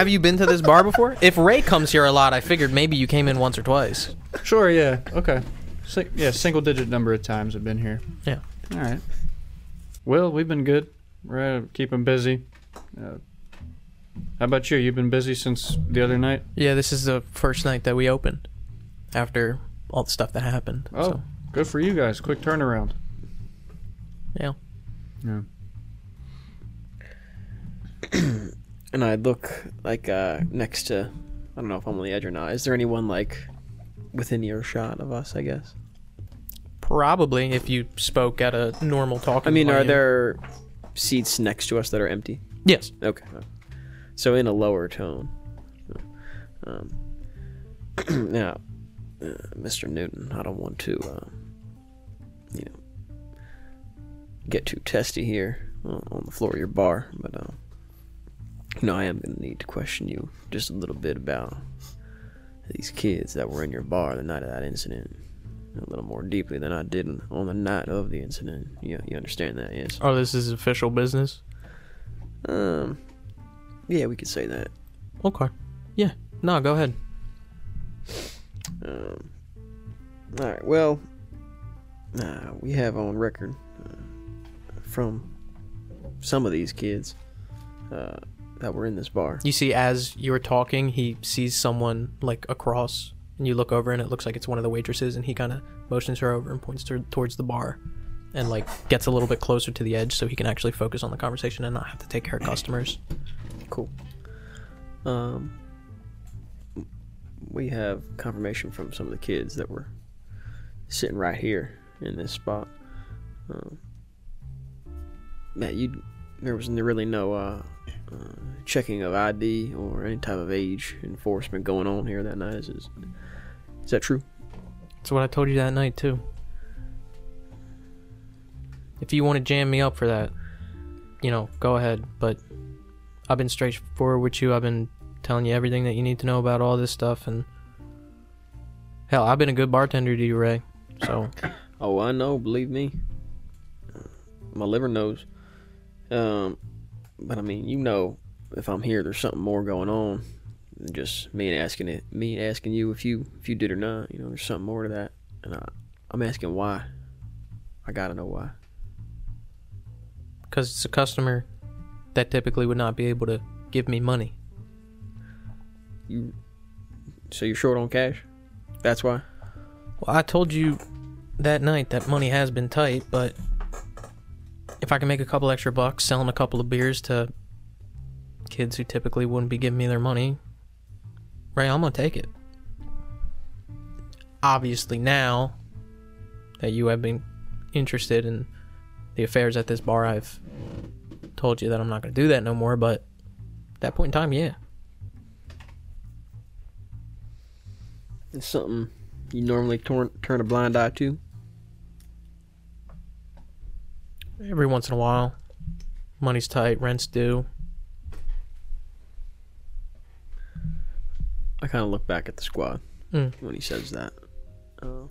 S4: you been to this bar before? <laughs> If Ray comes here a lot, I figured maybe you came in once or twice.
S6: Sure. Yeah. Okay. Si- yeah. Single digit number of times I've been here.
S4: Yeah.
S6: All right. Well, we've been good. We're uh, keeping busy. Uh, how about you? You've been busy since the other night.
S4: Yeah, this is the first night that we opened after all the stuff that happened.
S6: Oh,
S4: So,
S6: good for you guys. Quick turnaround.
S4: yeah.
S3: And I look like uh, next to, I don't know if I'm on the edge or not. Is there anyone like within earshot of us? I guess.
S4: Probably if you spoke at a normal talking
S3: I mean, are
S4: volume.
S3: there seats next to us that are empty?
S4: Yes.
S3: Okay. So in a lower tone. Um, <clears throat> now, uh, Mr. Newton, I don't want to, uh, you know, get too testy here uh, on the floor of your bar, but uh, no, I am going to need to question you just a little bit about these kids that were in your bar the night of that incident. A little more deeply than I did on the night of the incident. Yeah, you understand that, yes?
S4: Oh, this is official business.
S3: Um, yeah, we could say that.
S4: Okay. Yeah. No, go ahead.
S3: Um, all right. Well, uh, we have on record uh, from some of these kids uh, that were in this bar.
S4: You see, as you're talking, he sees someone like across, and you look over, and it looks like it's one of the waitresses, and he kind of motions her over and points her towards the bar, and like gets a little bit closer to the edge so he can actually focus on the conversation and not have to take <clears throat> care of customers.
S3: Cool. Um, we have confirmation from some of the kids that were sitting right here in this spot. Um, Matt, you there was really no uh, uh, checking of ID or any type of age enforcement going on here that night. Is is, is that true?
S4: That's what I told you that night too. if you want to jam me up for that, you know, go ahead. But I've been straightforward with you. I've been telling you everything that you need to know about all this stuff. And hell, I've been a good bartender to you, Ray. So
S3: Oh, I know. Believe me, my liver knows. Um, but I mean, you know, if I'm here, there's something more going on than just me and asking it. Me asking you if you if you did or not. You know, there's something more to that, and I, I'm asking why. I gotta know why.
S4: because it's a customer that typically would not be able to give me money.
S3: You. So you're short on cash. That's why.
S4: Well, I told you that night that money has been tight, but if I can make a couple extra bucks selling a couple of beers to kids who typically wouldn't be giving me their money, Ray, I'm going to take it. Obviously, now that you have been interested in the affairs at this bar, I've told you that I'm not going to do that no more, but at that point in time, yeah.
S3: It's something you normally turn turn a blind eye to.
S4: Every once in a while, money's tight, rent's due.
S3: I kind of look back at the squad
S4: Mm.
S3: when he says that. Uh,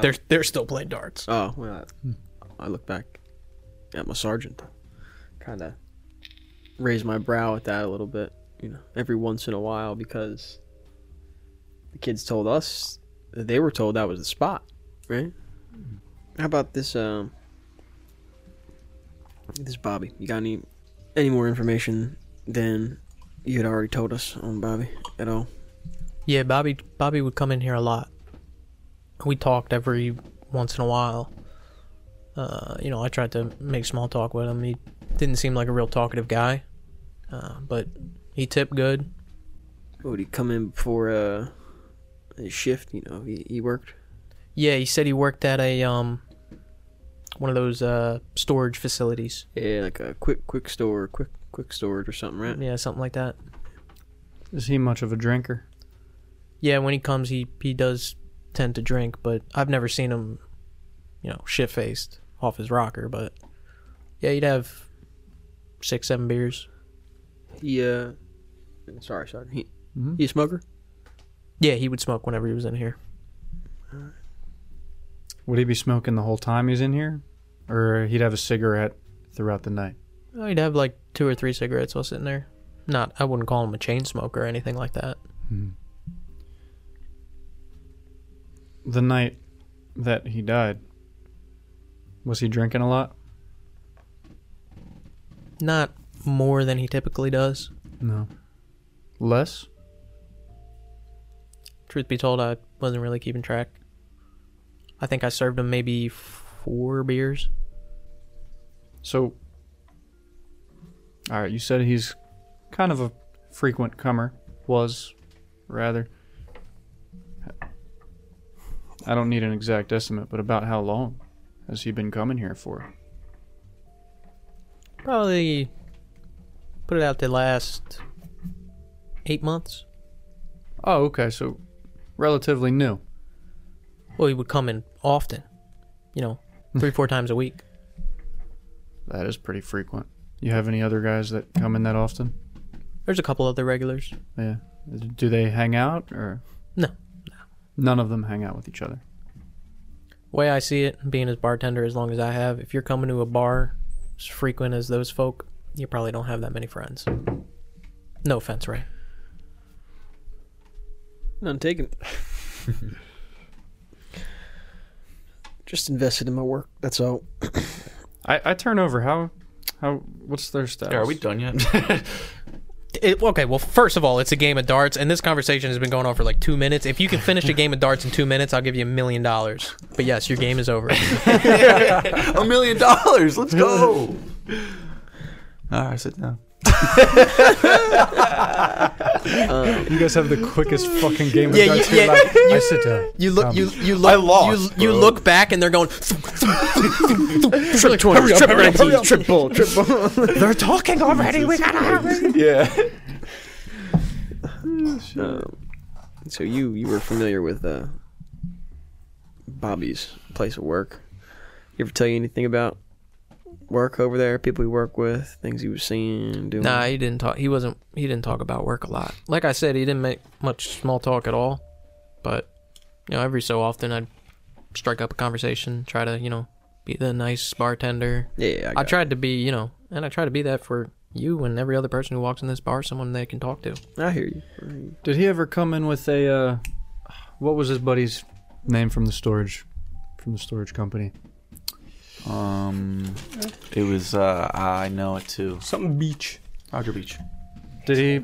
S4: They're, they're still playing darts.
S3: Oh, well, I, I look back at my sergeant. Kind of raise my brow at that a little bit, you know, every once in a while because the kids told us that they were told that was the spot, right? How about this, um, this Bobby? You got any, any more information than you had already told us on Bobby at all?
S4: Yeah, Bobby Bobby would come in here a lot. We talked every once in a while. Uh, you know, I tried to make small talk with him. He didn't seem like a real talkative guy, uh, but he tipped good.
S3: Would he come in before, uh, his shift, you know, he, he worked?
S4: Yeah, he said he worked at a um one of those uh storage facilities.
S3: Yeah, like a quick quick store, quick quick storage or something, right?
S4: Yeah, something like that.
S6: Is he much of a drinker?
S4: Yeah, when he comes, he he does tend to drink, but I've never seen him, you know, shit faced off his rocker. But yeah, he'd have six, seven beers.
S3: He uh, sorry, sorry. He he a smoker?
S4: Yeah, he would smoke whenever he was in here.
S6: Would he be smoking the whole time he's in here? Or he'd have a cigarette throughout the night?
S4: Oh, he'd have like two or three cigarettes while sitting there. Not, I wouldn't call him a chain smoker or anything like that.
S6: The night that he died, was he drinking a lot?
S4: Not more than he typically does.
S6: No. Less?
S4: Truth be told, I wasn't really keeping track. I think I served him maybe four beers.
S6: So, all right, you said he's kind of a frequent comer, was rather. I don't need an exact estimate, but about how long has he been coming here for?
S4: Probably put it out the last eight months.
S6: Oh, okay, so relatively new.
S4: Well, he would come in often, you know, <laughs> three, four times a week.
S6: That is pretty frequent. You have any other guys that come in that often?
S4: There's a couple other regulars.
S6: Yeah. Do they hang out or?
S4: No,
S6: None of them hang out with each other.
S4: way I see it, being as bartender as long as I have, if you're coming to a bar as frequent as those folk, you probably don't have that many friends. No offense, Ray.
S3: None taken. Just invested in my work. That's all.
S6: I, I turn over. How, how? What's their status?
S7: Yeah, are we done yet?
S4: It, okay, well, first of all, it's a game of darts, and this conversation has been going on for like two minutes. If you can finish a game of darts in two minutes, I'll give you a million dollars. But yes, your game is over.
S7: <laughs> a million dollars. Let's <laughs> go. All right, sit down.
S6: You guys have the quickest fucking game of
S4: Yeah,
S6: darts
S4: you-
S6: in
S4: yeah.
S6: your <laughs> life. I sit down.
S4: <laughs> You look, you you look,
S7: lost,
S4: you, you
S7: bro.
S4: look back, and they're <laughs> going.
S3: Trip twenty, trip nineteen, triple, triple.
S4: <laughs> They're talking already. We
S3: <laughs>
S4: gotta hurry. Oh,
S7: Yeah.
S4: <laughs>
S3: um, so you you were familiar with uh, Bobby's place of work. You ever tell you anything about work over there? People he worked with, things he was seeing, doing.
S4: Nah, he didn't talk. He wasn't. He didn't talk about work a lot. Like I said, he didn't make much small talk at all. But you know, every so often I'd strike up a conversation, try to you know be the nice bartender.
S3: Yeah, I
S4: I,
S3: got it.
S4: tried to be you know, and I try to be that for you and every other person who walks in this bar, someone they can talk to.
S3: I hear you. I hear you.
S6: Did he ever come in with a? Uh, what was his buddy's name from the storage, from the storage company?
S7: Um, it was. Uh, I know it too.
S8: Something beach.
S7: Roger Beach.
S6: Did he?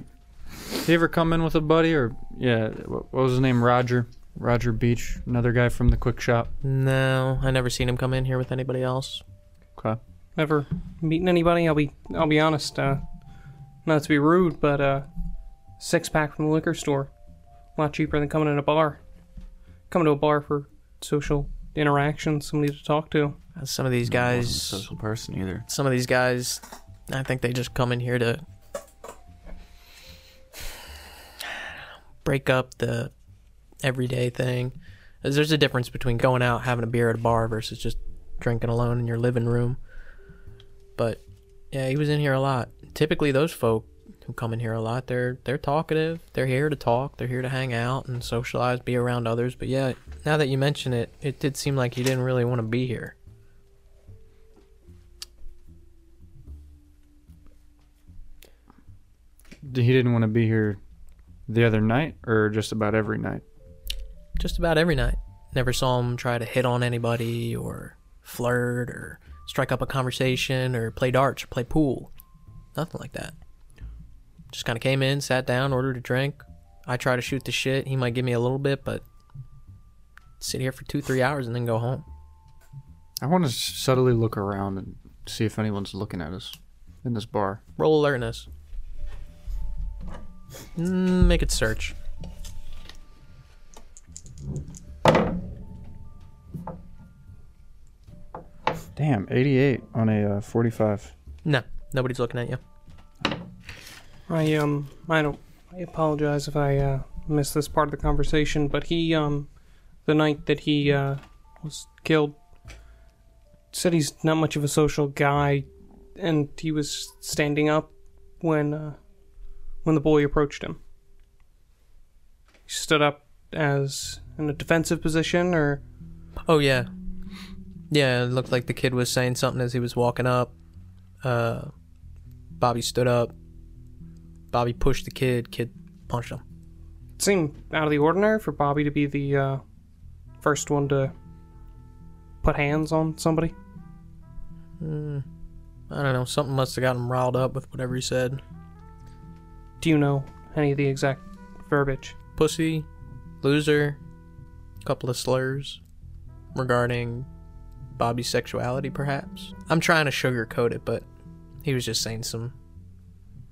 S6: Did he ever come in with a buddy or? Yeah. What, what was his name? Roger. Roger Beach, another guy from the quick shop.
S4: No, I never seen him come in here with anybody else.
S6: Okay.
S8: Never meeting anybody. I'll be. I'll be honest. Uh, not to be rude, but uh, six pack from the liquor store, a lot cheaper than coming in a bar. Coming to a bar for social interaction, somebody to talk to.
S4: Some of these
S7: Wasn't a
S4: guys,
S7: social person either.
S4: some of these guys, I think they just come in here to break up the everyday thing. 'Cause There's a difference between going out having a beer at a bar versus just drinking alone in your living room. But yeah, he was in here a lot. Typically, those folk who come in here a lot, they're they're talkative. They're here to talk. They're here to hang out and socialize, be around others. But yeah, now that you mention it, it did seem like he didn't really want to be here.
S6: D- He didn't want to be here the other night or just about every night.
S4: just about every night. Never saw him try to hit on anybody or flirt or strike up a conversation or play darts or play pool. Nothing like that. Just kind of came in, sat down, ordered a drink. I try to shoot the shit. He might give me a little bit, but sit here for two, three hours and then go home.
S6: I want to subtly look around and see if anyone's looking at us in this bar.
S4: Roll alertness. Mm, Make it search.
S6: Damn, 88 on a uh, 45.
S4: No, nobody's looking at you.
S8: I um I don't I apologize if I uh missed this part of the conversation, but he um the night that he uh was killed said he's not much of a social guy and he was standing up when uh when the boy approached him. He stood up as in a defensive position or
S4: Oh yeah, yeah. It looked like the kid was saying something as he was walking up. Uh, Bobby stood up. Bobby pushed the kid. Kid punched him.
S8: it seemed out of the ordinary for Bobby to be the uh first one to put hands on somebody.
S4: I don't know. Something must have got him riled up with whatever he said.
S8: Do you know any of the exact verbiage?
S4: Pussy, loser, couple of slurs regarding Bobby's sexuality, perhaps. I'm trying to sugarcoat it, but he was just saying some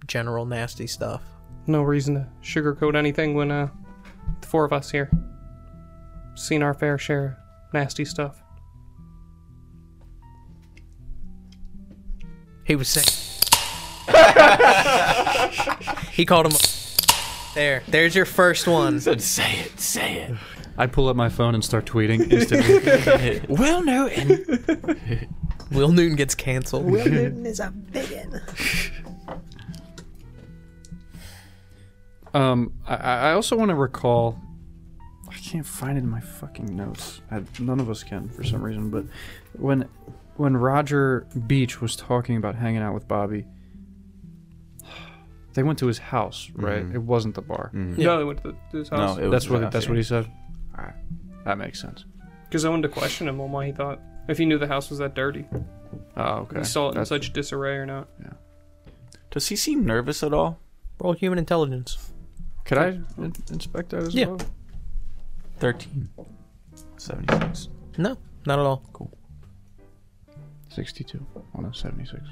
S4: general nasty stuff.
S8: No reason to sugarcoat anything when uh, the four of us here seen our fair share of nasty stuff.
S4: He
S3: <laughs>
S4: was saying. he called him. a- There, there's your first one.
S7: say it. Say it.
S6: I pull up my phone and start tweeting instantly.
S4: Will Newton. <laughs> Will Newton gets canceled.
S6: um, I, I also want to recall. I can't find it in my fucking notes. I, none of us can for some reason. But when when Roger Beach was talking about hanging out with Bobby, they went to his house, right? It wasn't the bar.
S8: No, they went to the, his house.
S7: No, it
S6: That's
S7: was
S6: what that's
S7: yeah.
S6: what he said.
S7: Alright.
S6: That makes sense.
S8: Because I wanted to question him on why he thought, if he knew the house was that dirty,
S6: Oh, okay.
S8: he saw it
S6: That's-
S8: in such disarray or not.
S7: Does he seem nervous at all?
S4: Roll human intelligence.
S6: Could I in- inspect that as
S4: Yeah.
S6: well?
S7: Thirteen. Seventy-six.
S4: No, not at all.
S6: 62 on a 76.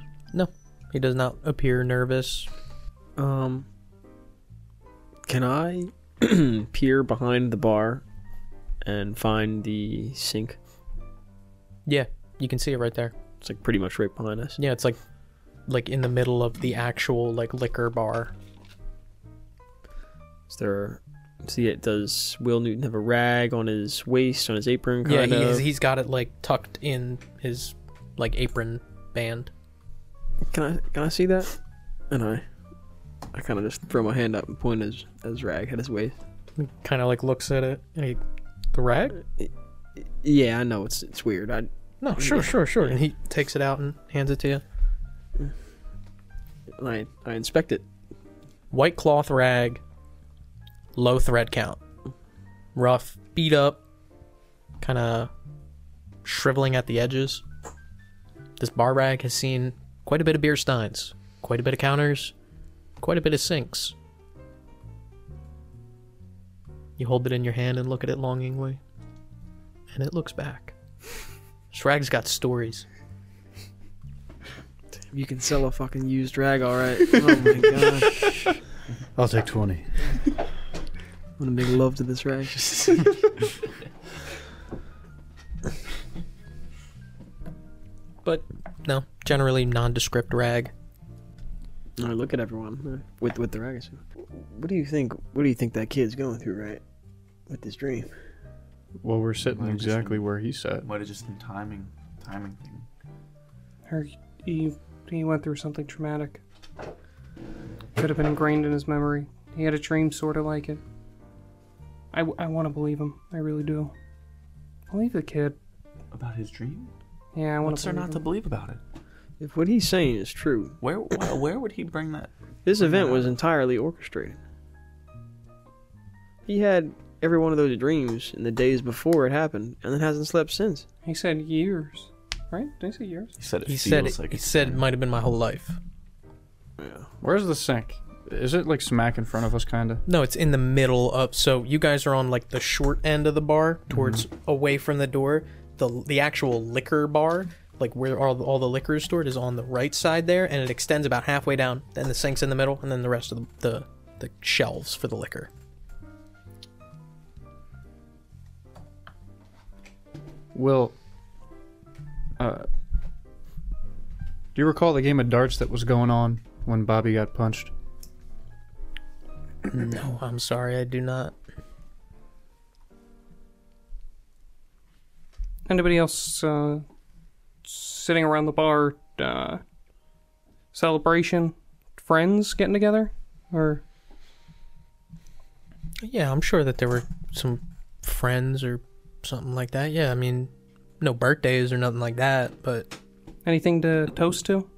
S4: He does not appear nervous.
S3: Um, can I <clears throat> peer behind the bar and find the sink?
S4: Yeah, you can see it right there.
S3: It's like pretty much right behind us.
S4: Yeah, it's like, like in the middle of the actual like liquor bar.
S3: Is there See, it does Will Newton have a rag on his waist, on his apron?
S4: yeah,
S3: Kind
S4: he,
S3: of.
S4: has- he's got it like tucked in his like apron band.
S3: Can I can I see that? And I, I kind of just throw my hand up and point his his rag at his waist.
S4: Kind of like looks at it. And he, the rag?
S3: Yeah, I know it's it's weird. I
S4: No, sure, sure, sure. And he takes it out and hands it to you.
S3: I I inspect it.
S4: White cloth rag, low thread count, rough, beat up, kind of shriveling at the edges. This bar rag has seen quite a bit of beer steins, quite a bit of counters, quite a bit of sinks. You hold it in your hand and look at it longingly, and it looks back. <laughs> This rag's got stories.
S3: You can sell a fucking used rag, all <laughs> right. Oh my gosh,
S5: I'll take 20.
S3: I'm gonna make love to this rag.
S4: But no, generally nondescript rag.
S3: I look at everyone uh, with with the rag. I say, What do you think? What do you think that kid's going through, right? With this dream.
S6: Well, we're sitting
S7: Mine just-
S6: exactly where he sat.
S7: Might have just been timing, timing thing.
S8: Or he, he went through something traumatic. Could have been ingrained in his memory. He had a dream sort of like it. I, want to believe him. I really do. Believe the kid.
S7: About his dream?
S8: Yeah, I want
S7: What's
S8: to
S7: there
S8: believe
S7: not to
S8: him.
S7: believe about it?
S3: If what he's saying is true,
S7: Where, where, where would he bring that?
S3: this event was entirely orchestrated. He had every one of those dreams in the days before it happened, and then hasn't slept since.
S8: He said years. Right? Did he say years?
S7: He said it
S4: He said
S7: feels
S4: it,
S7: like
S4: he
S7: it's
S4: said it
S7: time.
S4: might have been my whole life.
S6: Where's the sink? Is it like smack in front of us, kinda?
S4: No, it's in the middle of. So you guys are on like the short end of the bar, towards
S7: Mm-hmm.
S4: away from the door. the The actual liquor bar, like where all the, all the liquor is stored, is on the right side there, and it extends about halfway down. Then the sink's in the middle, and then the rest of the the, the shelves for the liquor.
S6: Will. Uh. Do you recall the game of darts that was going on when Bobby got punched?
S4: No, I'm sorry, I do not.
S8: Anybody else uh, sitting around the bar? Uh, celebration? Friends getting together? Or
S4: Yeah, I'm sure that there were some friends or something like that. Yeah, I mean, no birthdays or nothing like that, but
S8: anything to toast to?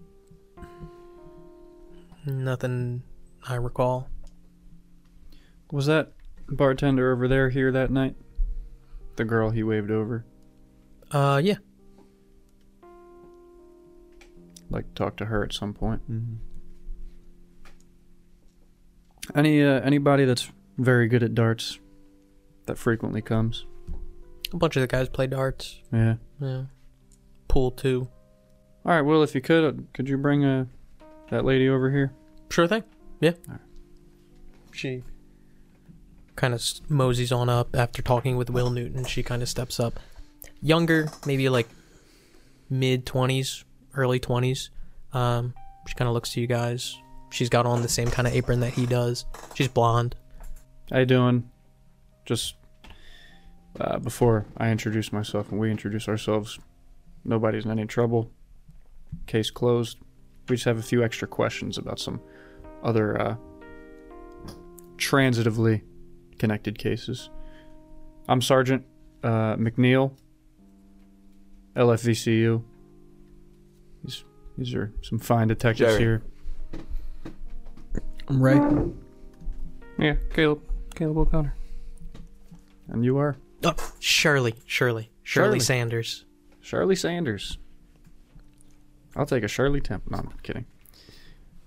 S4: nothing I recall.
S6: Was that bartender over there here that night? The girl he waved over,
S4: Uh, yeah.
S6: like talked to her at some point. Any uh, anybody that's very good at darts that frequently comes?
S4: A bunch of the guys play darts.
S6: Yeah.
S4: Yeah. Pool too.
S6: All right, Will, if you could, uh, could you bring uh, that lady over here?
S4: Sure thing. Yeah. She kind of moseys on up after talking with Will Newton. She kind of steps up. Younger, maybe like mid 20s, early 20s. Um, she kind of looks to you guys. She's got on the same kind of apron that he does. She's blonde.
S6: How you doing? Just uh, before I introduce myself and we introduce ourselves, nobody's in any trouble. Case closed. We just have a few extra questions about some other uh, transitively connected cases. I'm Sergeant uh, McNeil, LFVCU. These, these are some fine detectives
S7: Jerry.
S6: here.
S3: I'm right.
S8: Yeah, Caleb. Caleb O'Connor.
S6: And you are?
S4: Oh, Shirley. Shirley. Shirley
S6: Shirley.
S4: Sanders.
S6: Shirley Sanders. I'll take a Shirley Temp. No, I'm kidding.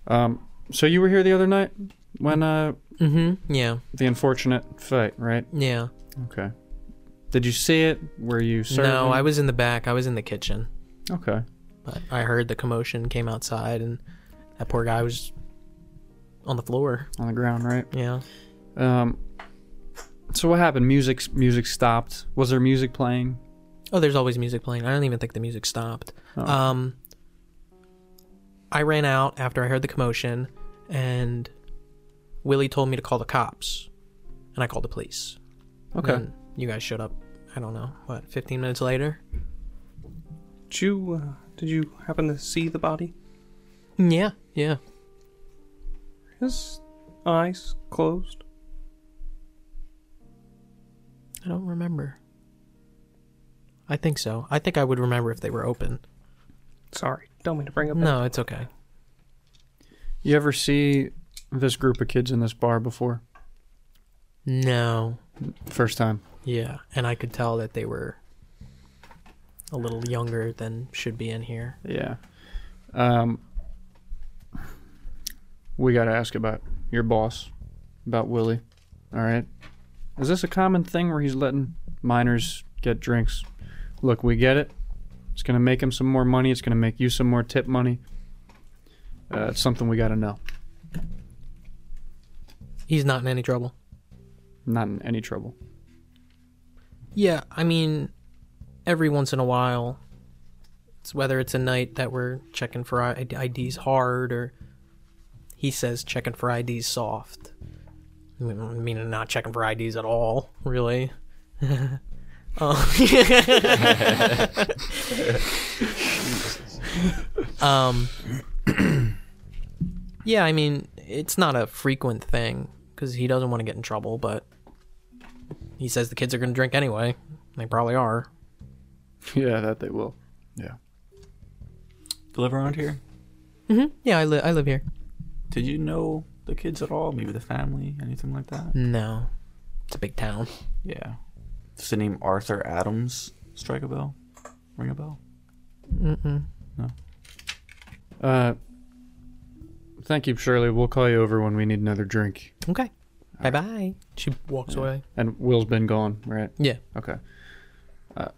S6: Um, so you were here the other night when uh
S4: Mm hmm. Yeah.
S6: the unfortunate fight, right?
S4: Yeah.
S6: Okay. Did you see it? Were you serving?
S4: No, I was in the back. I was in the kitchen.
S6: Okay.
S4: But I heard the commotion, came outside, and that poor guy was on the floor.
S6: On the ground, right?
S4: Yeah.
S6: Um. So what happened? Music music stopped. Was there music playing?
S4: Oh, there's always music playing. I don't even think the music stopped.
S6: Oh.
S4: Um, I ran out after I heard the commotion, and Willie told me to call the cops. and I called the police.
S6: Okay.
S4: And you guys showed up. I don't know what. Fifteen minutes later.
S8: Did you uh, did you happen to see the body?
S4: Yeah. Yeah.
S8: His eyes closed.
S4: I don't remember. I think so. I think I would remember if they were open.
S8: Sorry, don't mean to bring up. that.
S4: No, it's okay.
S6: You ever see this group of kids in this bar before?
S4: No.
S6: First time.
S4: Yeah, and I could tell that they were a little younger than should be in here.
S6: Yeah. Um, we got to ask about your boss, about Willie. All right. Is this a common thing where he's letting minors get drinks? Look, we get it. It's going to make him some more money. It's going to make you some more tip money. Uh, it's something we got to know.
S4: He's not in any trouble.
S6: Not in any trouble.
S4: Yeah, I mean, every once in a while, it's whether it's a night that we're checking for I- IDs hard or he says checking for IDs soft. I mean, I mean, not checking for IDs at all, really. <laughs> Um, Oh. <laughs> um, <clears throat> yeah, I mean, it's not a frequent thing because he doesn't want to get in trouble, but he says the kids are going to drink anyway. They probably are.
S6: <laughs> yeah, that they will. Yeah.
S7: You live around here?
S4: Mm-hmm. Yeah, I, li- I live here.
S7: Did you know the kids at all? Maybe the family? Anything like that?
S4: No, it's a big town.
S7: Yeah. Does the name Arthur Adams strike a bell? Ring a bell?
S4: Mm-mm.
S6: Uh, thank you, Shirley. We'll call you over when we need another drink.
S4: Okay. Bye bye. She walks away.
S6: And Will's been gone, right?
S4: Yeah.
S6: Okay. Uh,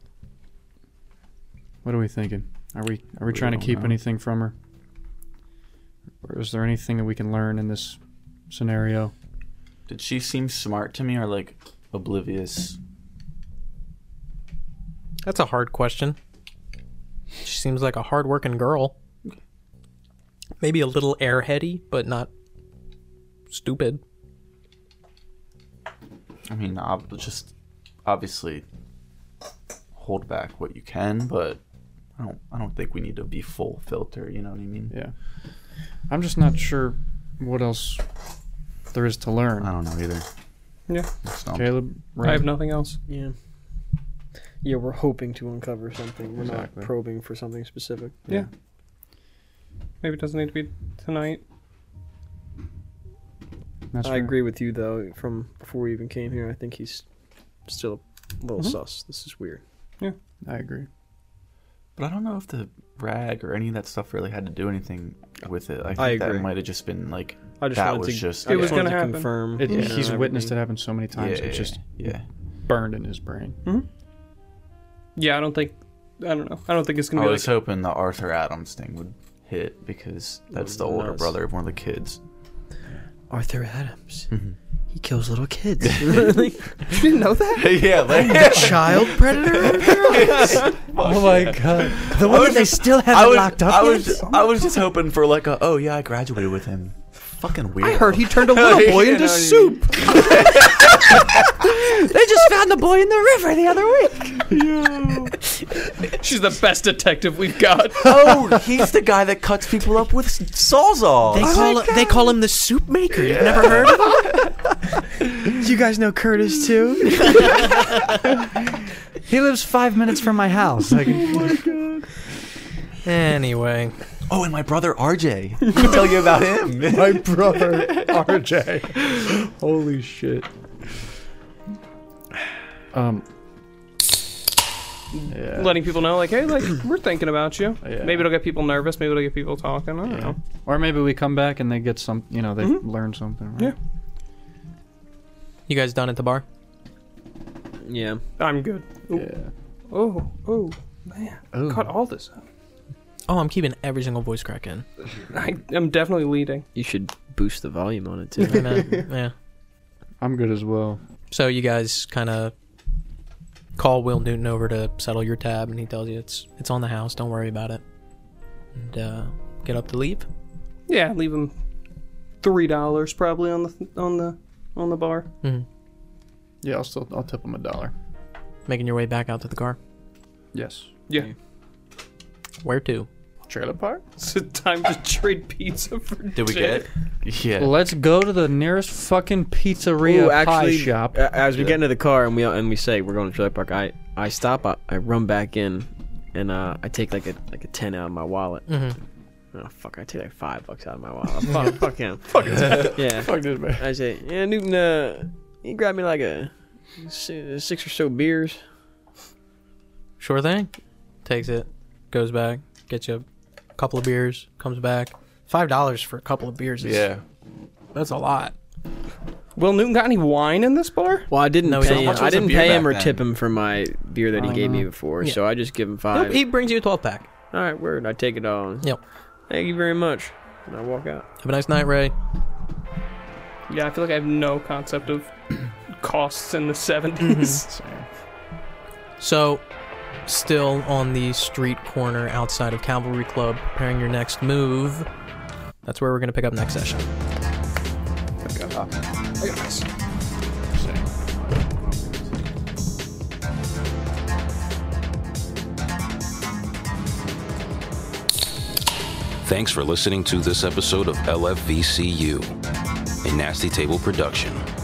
S6: what are we thinking? Are we are we, trying to
S7: don't
S6: keep
S7: know.
S6: anything from her? Or is there anything that we can learn in this scenario?
S7: Did she seem smart to me or like oblivious?
S4: That's a hard question. She seems like a hardworking girl. Maybe a little airheady, but not stupid.
S7: I mean, ob- just obviously hold back what you can, but I don't. I don't think we need to be full filter. You know what I mean?
S6: Yeah. I'm just not sure what else there is to
S7: I
S6: learn.
S7: don't know either.
S8: Yeah.
S7: I'm stumped.
S6: Caleb,
S8: I
S6: right?
S8: have nothing else.
S3: Yeah. Yeah, we're hoping to uncover something. We're
S6: Exactly.
S3: not probing for something specific.
S6: Yeah.
S8: Maybe it doesn't need to be tonight.
S6: That's
S3: I
S6: fair.
S3: agree with you though. From before we even came here, I think he's still a
S6: Mm-hmm.
S3: little sus. This is weird.
S6: I agree.
S7: But I don't know if the rag or any of that stuff really had to do anything with it. I think
S3: agree.
S7: that might have just been like
S3: I just
S7: That
S3: wanted
S7: was
S3: to,
S7: just-
S3: I
S7: It was
S3: wanted
S8: gonna
S3: to
S8: happen.
S7: Mm-hmm.
S3: confirm.
S6: It,
S3: you know,
S6: he's witnessed it
S3: everything.
S6: happen so many times.
S7: yeah,
S6: It just
S7: yeah.
S6: burned in his brain.
S8: Yeah, I don't think. I don't know. I don't think it's gonna
S7: I
S8: be <laughs>
S7: was
S8: like.
S7: hoping the Arthur Adams thing would hit because that's the older
S3: Nice.
S7: brother of one of the kids.
S3: Arthur Adams.
S4: Mm-hmm.
S3: he kills little
S4: <laughs>
S3: kids. really? You didn't know that?
S7: <laughs> yeah, <laughs> like
S9: Child
S4: <laughs>
S9: predator?
S7: oh my god, the one that they still have I was, locked up. Oh I was, I was just hoping for like a oh yeah, I graduated with him. Fucking weird. I heard <laughs> he turned a little
S4: <laughs>
S7: boy into soup.
S9: they just found the boy in the river the other week.
S8: <laughs> She's the best detective we've got.
S7: oh, he's the guy that cuts people up with sawzall.
S9: Oh
S4: They
S7: Oh
S4: call it, they call him the soup maker. You've never heard of him?
S7: <laughs>
S9: You guys know Curtis too? he lives five minutes from my house. I can-
S4: Anyway,
S7: Oh, and my brother RJ. I'll tell you about
S5: <laughs>
S7: him.
S5: My brother, RJ.
S6: <laughs> Holy shit. Um. Yeah.
S8: Letting people know, like, hey, like, we're thinking about you.
S6: Yeah.
S8: Maybe it'll get people nervous. Maybe it'll get people talking. I don't know.
S6: Or maybe we come back and they get some, you know, they learn something. Right?
S8: Yeah.
S4: you guys done at the bar?
S3: Yeah.
S8: I'm good.
S6: Yeah.
S8: Oh, oh, man.
S5: Ooh.
S8: Caught all this up.
S4: Oh, I'm keeping every single voice crack in.
S8: I am definitely leading.
S3: You should boost the volume on it
S4: I
S3: too.
S4: know, yeah.
S6: I'm good as well.
S4: So you guys kind of call Will Newton over to settle your tab, and he tells you it's it's on the house. Don't worry about it. And uh, get up to leave.
S8: Yeah, leave him three dollars probably on the on the on the bar. <laughs>
S4: Mhm.
S6: Yeah, I'll still I'll tip him a dollar.
S4: Making your way back out to the car.
S6: Yes.
S8: Yeah.
S4: Where to?
S6: Trailer park.
S8: It's time to trade pizza for
S2: Did we get it?
S7: Yeah.
S6: Let's go to the nearest fucking pizzeria
S3: Ooh,
S6: pie
S3: actually,
S6: shop.
S3: a- as we get into the car and we and we say we're going to trailer park, I I stop, I, I run back in, and uh, I take like a like a ten out of my wallet. Oh fuck! I take like five bucks out of my wallet. Fuck, fuck him. Fuck <laughs> Yeah.
S6: Fuck this man.
S3: I say, yeah, Newton. Uh, you grab me like a si- six or so beers.
S4: Sure thing. Takes it, goes back, gets you a couple of beers, comes back. Five dollars for a couple of beers is
S7: Yeah.
S4: that's a lot.
S8: Will Newton got any wine in this bar?
S3: Well, I didn't
S4: No, he
S3: pay.
S4: didn't.
S3: Him.
S4: How much
S3: I
S7: was a
S3: didn't
S7: beer
S3: pay him
S7: back
S3: or
S7: then?
S3: tip him for my beer that he gave me before,
S4: Yeah.
S3: so I just give him
S4: Nope,
S3: five.
S4: Oh, he brings you a twelve pack.
S3: All right, word. I take it all.
S4: Yep.
S3: Thank you very much. And I walk out.
S4: Have a nice night, Ray.
S8: Yeah, I feel like I have no concept of costs in the 70s. <laughs>
S4: So, still on the street corner outside of Cavalry Club, preparing your next move. That's where we're gonna pick up next session.
S2: Thanks for listening to this episode of LFVCU, a Nasty Table production.